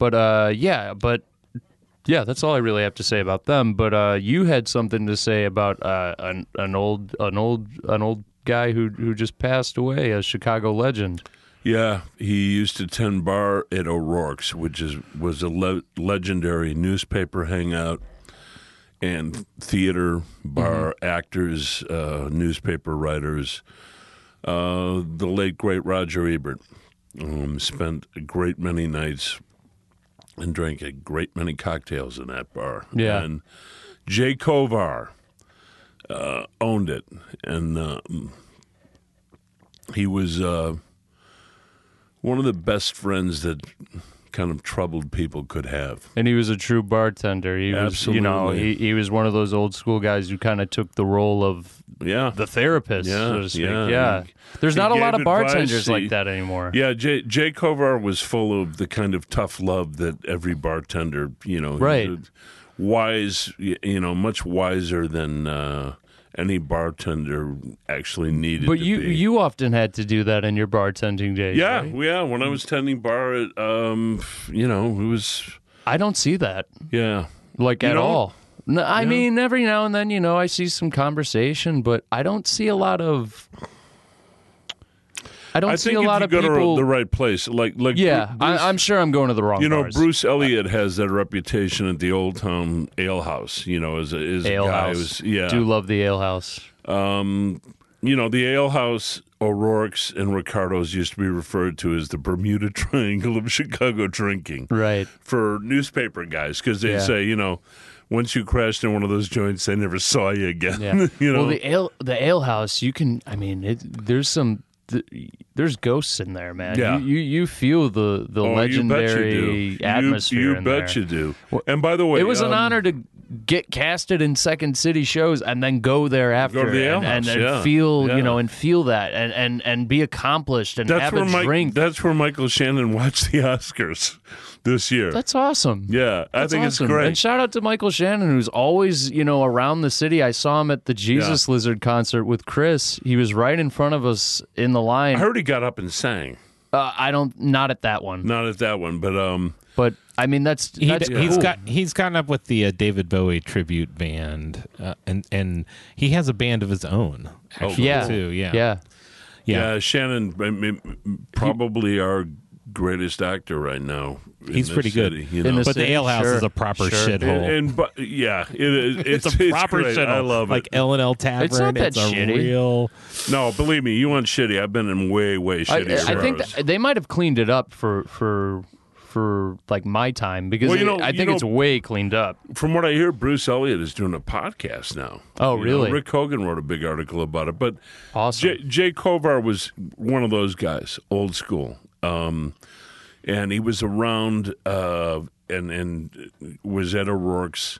Speaker 2: but uh, yeah, but yeah, that's all I really have to say about them. But uh, you had something to say about uh, an an old an old an old guy who who just passed away, a Chicago legend.
Speaker 1: Yeah, he used to tend bar at O'Rourke's, which is was a le- legendary newspaper hangout and theater bar actors, uh, newspaper writers. Uh, the late great Roger Ebert um, spent a great many nights and drank a great many cocktails in that bar.
Speaker 2: Yeah.
Speaker 1: and Jay Kovar uh, owned it, and uh, he was. Uh, one of the best friends that kind of troubled people could have.
Speaker 2: And he was a true bartender. He was, you know,
Speaker 1: Absolutely.
Speaker 2: he, he was one of those old school guys who kind of took the role of
Speaker 1: Yeah.
Speaker 2: the therapist,
Speaker 1: Yeah,
Speaker 2: so to speak.
Speaker 1: yeah.
Speaker 2: Yeah. There's not a
Speaker 1: gave
Speaker 2: lot of
Speaker 1: advice,
Speaker 2: bartenders
Speaker 1: he-
Speaker 2: like that anymore.
Speaker 1: yeah, Jay, Jay Kovar was full of the kind of tough love that every bartender, you know,
Speaker 2: Right.
Speaker 1: he's a wise, y- you know, much wiser than uh, any bartender actually needed
Speaker 2: But
Speaker 1: to
Speaker 2: you
Speaker 1: be.
Speaker 2: you often had to do that in your bartending days.
Speaker 1: yeah,
Speaker 2: right?
Speaker 1: yeah. When I was tending bar, it, um, you know, it was,
Speaker 2: I don't see that.
Speaker 1: yeah,
Speaker 2: like at
Speaker 1: don't?
Speaker 2: all. No, I mean, every now and then, you know, I see some conversation, but I don't see a lot of. I don't
Speaker 1: I
Speaker 2: see
Speaker 1: think
Speaker 2: a
Speaker 1: if
Speaker 2: lot
Speaker 1: you
Speaker 2: of
Speaker 1: go
Speaker 2: people.
Speaker 1: to the right place, like, like,
Speaker 2: yeah,
Speaker 1: Bru- Bruce
Speaker 2: I, I'm sure I'm going to the wrong.
Speaker 1: You know,
Speaker 2: bars.
Speaker 1: Bruce Elliott has that reputation at the Old Town Ale House. You know, as a, as
Speaker 2: Ale
Speaker 1: a guy
Speaker 2: House.
Speaker 1: who's yeah.
Speaker 2: Do love the ale house.
Speaker 1: You know, the Ale House, O'Rourke's, and Ricardo's used to be referred to as the Bermuda Triangle of Chicago drinking
Speaker 2: Right.
Speaker 1: for newspaper guys because they
Speaker 2: Yeah.
Speaker 1: say you know. Once you crashed in one of those joints, they never saw you again.
Speaker 2: Yeah.
Speaker 1: you know,
Speaker 2: Well, the ale the ale house, you can. I mean, it, there's some. Th- there's ghosts in there, man.
Speaker 1: Yeah.
Speaker 2: You you, you feel the the
Speaker 1: Oh, you bet you do.
Speaker 2: legendary
Speaker 1: You-
Speaker 2: atmosphere.
Speaker 1: You,
Speaker 2: in
Speaker 1: bet
Speaker 2: there.
Speaker 1: you do. And by the way,
Speaker 2: It was an
Speaker 1: um,
Speaker 2: honor to get casted in second city shows and then go there after
Speaker 1: to the
Speaker 2: and, and,
Speaker 1: alehouse,
Speaker 2: and
Speaker 1: yeah,
Speaker 2: feel
Speaker 1: yeah.
Speaker 2: you know and feel that and, and, and be accomplished and
Speaker 1: That's
Speaker 2: have
Speaker 1: where
Speaker 2: a
Speaker 1: Mike.
Speaker 2: drink.
Speaker 1: That's where Michael Shannon watched the Oscars this year.
Speaker 2: that's awesome.
Speaker 1: yeah, I
Speaker 2: That's
Speaker 1: think
Speaker 2: awesome.
Speaker 1: it's great.
Speaker 2: And shout out to Michael Shannon, who's always, you know, around the city. I saw him at the Jesus Lizard concert with Chris. He was right in front of us in the
Speaker 1: I
Speaker 2: line.
Speaker 1: heard he got up and sang.
Speaker 2: uh, I don't, not at that one,
Speaker 1: Not at that one, but um,
Speaker 2: but I mean, that's,
Speaker 3: He,
Speaker 2: that's
Speaker 3: d- he's
Speaker 2: cool.
Speaker 3: got he's gotten up with the uh, David Bowie tribute band, uh, and and he has a band of his own. Actually,
Speaker 2: yeah,
Speaker 3: too. Yeah,
Speaker 2: yeah.
Speaker 1: Oh, yeah,
Speaker 3: Yeah.
Speaker 1: Shannon, I mean, probably our greatest actor right now. in
Speaker 3: He's
Speaker 1: this
Speaker 3: pretty good.
Speaker 1: city, you
Speaker 2: In
Speaker 1: know?
Speaker 2: this-
Speaker 3: But the
Speaker 2: City,
Speaker 3: ale house
Speaker 2: sure,
Speaker 3: is a proper
Speaker 2: sure.
Speaker 1: and,
Speaker 3: shithole.
Speaker 1: and but yeah, it is. It's,
Speaker 3: it's a proper
Speaker 1: great.
Speaker 3: shithole.
Speaker 1: I love
Speaker 3: like
Speaker 2: eh.
Speaker 1: it.
Speaker 3: L and L Tavern.
Speaker 2: It's not that
Speaker 3: a
Speaker 2: shitty.
Speaker 3: real.
Speaker 1: No, believe me, you want shitty. I've been in way, way
Speaker 2: I,
Speaker 1: shitty.
Speaker 2: I think that they might have cleaned it up for for for like my time because
Speaker 1: Well, you
Speaker 2: it-
Speaker 1: know-
Speaker 2: I
Speaker 1: you
Speaker 2: think
Speaker 1: know-
Speaker 2: it's way cleaned up.
Speaker 1: from what I hear, Bruce Elliott is doing a podcast now.
Speaker 2: Oh,
Speaker 1: You know,
Speaker 2: really?
Speaker 1: Rick Hogan wrote a big article about it, but
Speaker 2: Awesome.
Speaker 1: Jay, Jay Kovar was one of those guys, old school, um, and he was around uh, and and was at O'Rourke's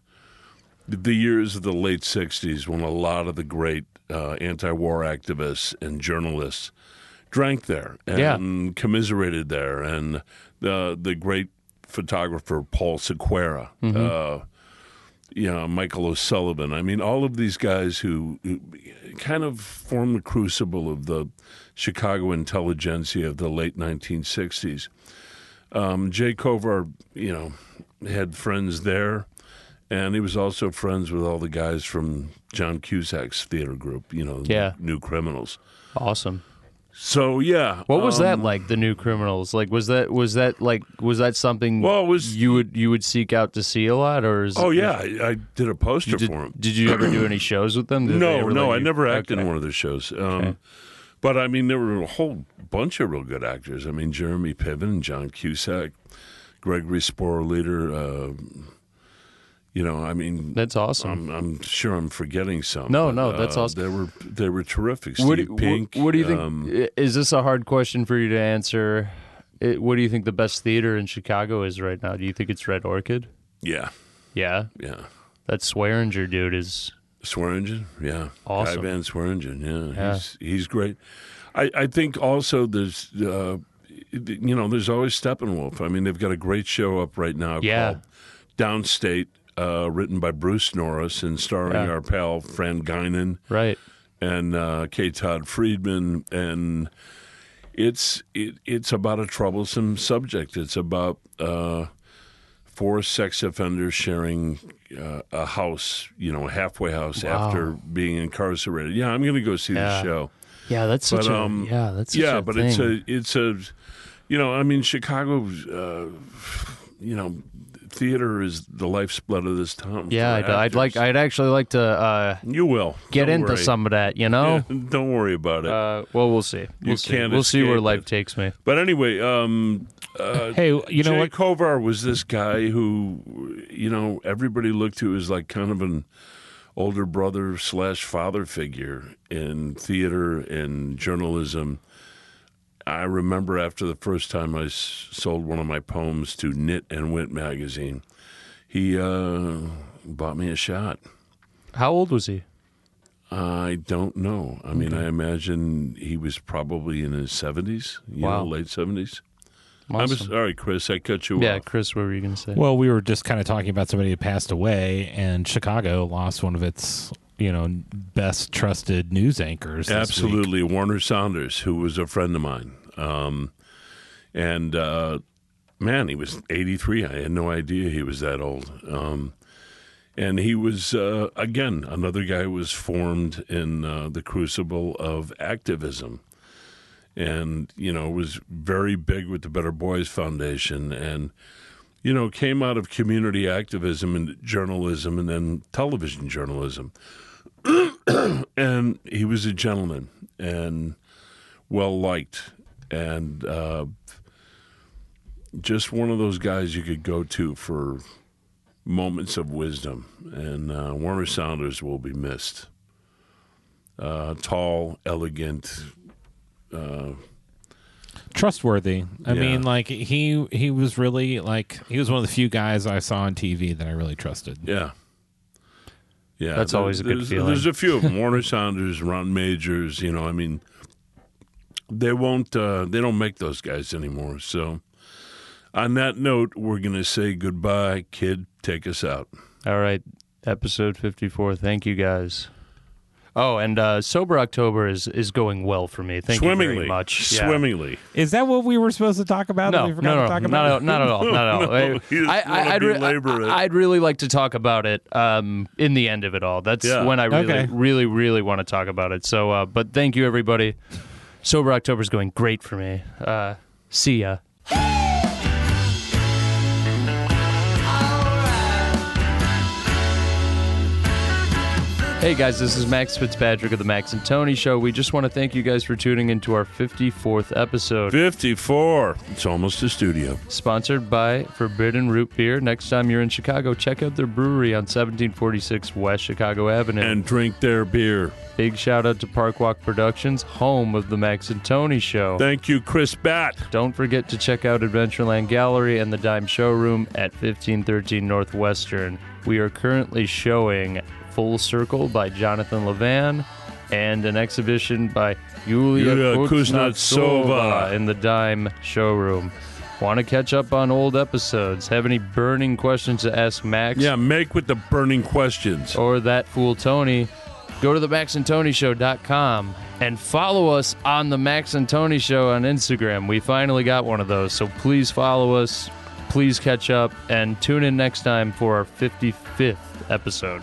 Speaker 1: the years of the late '60s when a lot of the great uh, anti-war activists and journalists drank there and
Speaker 2: Yeah.
Speaker 1: commiserated there, and the the great photographer Paul Sequeira.
Speaker 2: Mm-hmm.
Speaker 1: Uh, you know, Michael O'Sullivan. I mean, all of these guys who, who kind of formed the crucible of the Chicago intelligentsia of the late 1960s. Um, Jay Kovar, you know, had friends there, and he was also friends with all the guys from John Cusack's theater group, you know,
Speaker 2: Yeah.
Speaker 1: New Criminals.
Speaker 2: Awesome.
Speaker 1: So, yeah. uh,
Speaker 2: What was
Speaker 1: Um,
Speaker 2: that like? The new criminals. Like was that was that like was that something?
Speaker 1: Well, it was-
Speaker 2: you would you would seek out to see a lot or is
Speaker 1: Oh, yeah. I, I did a poster
Speaker 2: Did,
Speaker 1: for him.
Speaker 2: did you ever do any shows with them? Did they
Speaker 1: No,
Speaker 2: ever
Speaker 1: no,
Speaker 2: let
Speaker 1: I
Speaker 2: you-
Speaker 1: never acted in
Speaker 2: Okay.
Speaker 1: one of their shows. Um, But I mean, there were a whole bunch of real good actors. I mean, Jeremy Piven, John Cusack, Gregory Sporleader, uh, You know, I mean,
Speaker 2: That's awesome.
Speaker 1: I'm, I'm sure I'm forgetting some.
Speaker 2: No,
Speaker 1: but, uh,
Speaker 2: no, that's awesome.
Speaker 1: They were they were terrific.
Speaker 2: what,
Speaker 1: Steve
Speaker 2: do,
Speaker 1: Pink.
Speaker 2: what, what do you think?
Speaker 1: um,
Speaker 2: i- is this a hard question for you to answer? It, what do you think the best theater in Chicago is right now? Do you think it's Red Orchid?
Speaker 1: yeah,
Speaker 2: Yeah,
Speaker 1: yeah.
Speaker 2: that Swearinger dude is.
Speaker 1: Swearingen, yeah,
Speaker 2: Awesome.
Speaker 1: Guy Van Swearingen, yeah,
Speaker 2: Yeah.
Speaker 1: he's he's great. I, I think also there's uh, you know there's always Steppenwolf. I mean they've got a great show up right now
Speaker 2: Yeah.
Speaker 1: called Downstate, uh, written by Bruce Norris and starring
Speaker 2: Yeah.
Speaker 1: our pal Fran Guinan
Speaker 2: Right.
Speaker 1: and uh, K. Todd Friedman, and it's it, it's about a troublesome subject. It's about uh, four sex offenders sharing uh, a house, you know, a halfway house after being incarcerated. Yeah, I'm going to go see the
Speaker 2: Yeah.
Speaker 1: show.
Speaker 2: Yeah, that's such
Speaker 1: But,
Speaker 2: a.
Speaker 1: um,
Speaker 2: yeah, that's such
Speaker 1: yeah,
Speaker 2: a
Speaker 1: but
Speaker 2: thing.
Speaker 1: it's a it's a you know, I mean, Chicago's uh, you know. Theater is the life's blood of this town.
Speaker 2: Yeah,
Speaker 1: for
Speaker 2: I'd, I'd
Speaker 1: actors.
Speaker 2: like. I'd actually like to uh,
Speaker 1: you will
Speaker 2: get
Speaker 1: Don't
Speaker 2: into
Speaker 1: worry.
Speaker 2: some of that. You know.
Speaker 1: Don't worry about it.
Speaker 2: Uh, well, we'll see. We'll see.
Speaker 1: can't
Speaker 2: We'll see where
Speaker 1: escape
Speaker 2: life
Speaker 1: it.
Speaker 2: takes me.
Speaker 1: But anyway, um, uh,
Speaker 3: Hey, you know
Speaker 1: Jay
Speaker 3: what?
Speaker 1: Kovar was this guy who, you know, everybody looked to as like kind of an older brother slash father figure in theater and journalism. I remember after the first time I s- sold one of my poems to Knit and Wit magazine, he uh, bought me a shot.
Speaker 2: How old was he?
Speaker 1: I don't know. I mean, I imagine he was probably in his 70s, you
Speaker 2: Wow.
Speaker 1: know, late 70s. I'm
Speaker 2: Awesome.
Speaker 1: sorry, Chris. I cut you
Speaker 2: Yeah,
Speaker 1: off.
Speaker 2: Chris, what were you gonna say?
Speaker 3: Well, we were just kind of talking about somebody who passed away, and Chicago lost one of its, you know, best trusted news anchors. this week.
Speaker 1: Absolutely, Warner Saunders, who was a friend of mine, um, and uh, man, he was 83. I had no idea he was that old. Um, and he was uh, again another guy who was formed in uh, the crucible of activism, and you know was very big with the Better Boys Foundation, and you know came out of community activism and journalism, and then television journalism and he was a gentleman and well liked and uh, just one of those guys you could go to for moments of wisdom. And uh, Warner Saunders will be missed. Uh, tall, elegant.
Speaker 3: trustworthy. I
Speaker 1: Yeah.
Speaker 3: mean, like he he was really like he was one of the few guys I saw on TV that I really trusted.
Speaker 1: Yeah. Yeah,
Speaker 2: That's always a good
Speaker 1: there's,
Speaker 2: feeling.
Speaker 1: There's a few of them: Warner Saunders, Ron Majors. You know, I mean, they won't. Uh, they don't make those guys anymore. So, on that note, we're going to say goodbye, kid. Take us out.
Speaker 2: All right, episode 54. Thank you guys. Oh, and uh, sober October is is going well for me. Thank
Speaker 1: swimmingly,
Speaker 2: you very much. Yeah.
Speaker 1: Swimmingly.
Speaker 3: Is that what we were supposed to talk about?
Speaker 2: No,
Speaker 3: and we
Speaker 2: no,
Speaker 3: forgot
Speaker 2: no,
Speaker 3: to talk
Speaker 2: not,
Speaker 3: about
Speaker 2: at- not at all, not at all.
Speaker 1: No, he doesn't
Speaker 2: I,
Speaker 1: wanna
Speaker 2: I, I'd, re-
Speaker 1: belabor it.
Speaker 2: I, would really like to talk about it um, in the end of it all. That's
Speaker 1: Yeah.
Speaker 2: when I really,
Speaker 3: Okay.
Speaker 2: really, really want to talk about it. So, uh, but thank you everybody. Sober October is going great for me. Uh, see ya. Hey guys, this is Max Fitzpatrick of the Max and Tony Show. We just want to thank you guys for tuning into our 54th episode.
Speaker 1: Fifty-four. It's almost a studio.
Speaker 2: Sponsored by Forbidden Root Beer. Next time you're in Chicago, check out their brewery on 1746 West Chicago Avenue.
Speaker 1: And drink their beer.
Speaker 2: big shout out to Parkwalk Productions, home of the Max and Tony Show.
Speaker 1: Thank you, Chris Bat.
Speaker 2: Don't forget to check out Adventureland Gallery and the Dime Showroom at 1513 Northwestern. We are currently showing Full Circle by Jonathan Levan and an exhibition by Yulia,
Speaker 1: Yulia
Speaker 2: Kuznetsova
Speaker 1: Kuznetsova.
Speaker 2: in the Dime Showroom. Want to catch up on old episodes? Have any burning questions to ask Max
Speaker 1: Yeah, make with the burning questions.
Speaker 2: or that fool Tony? Go to the maxandtonyshow.com and follow us on the Max and Tony Show on Instagram. We finally got one of those, so please follow us. Please catch up and tune in next time for our 55th episode.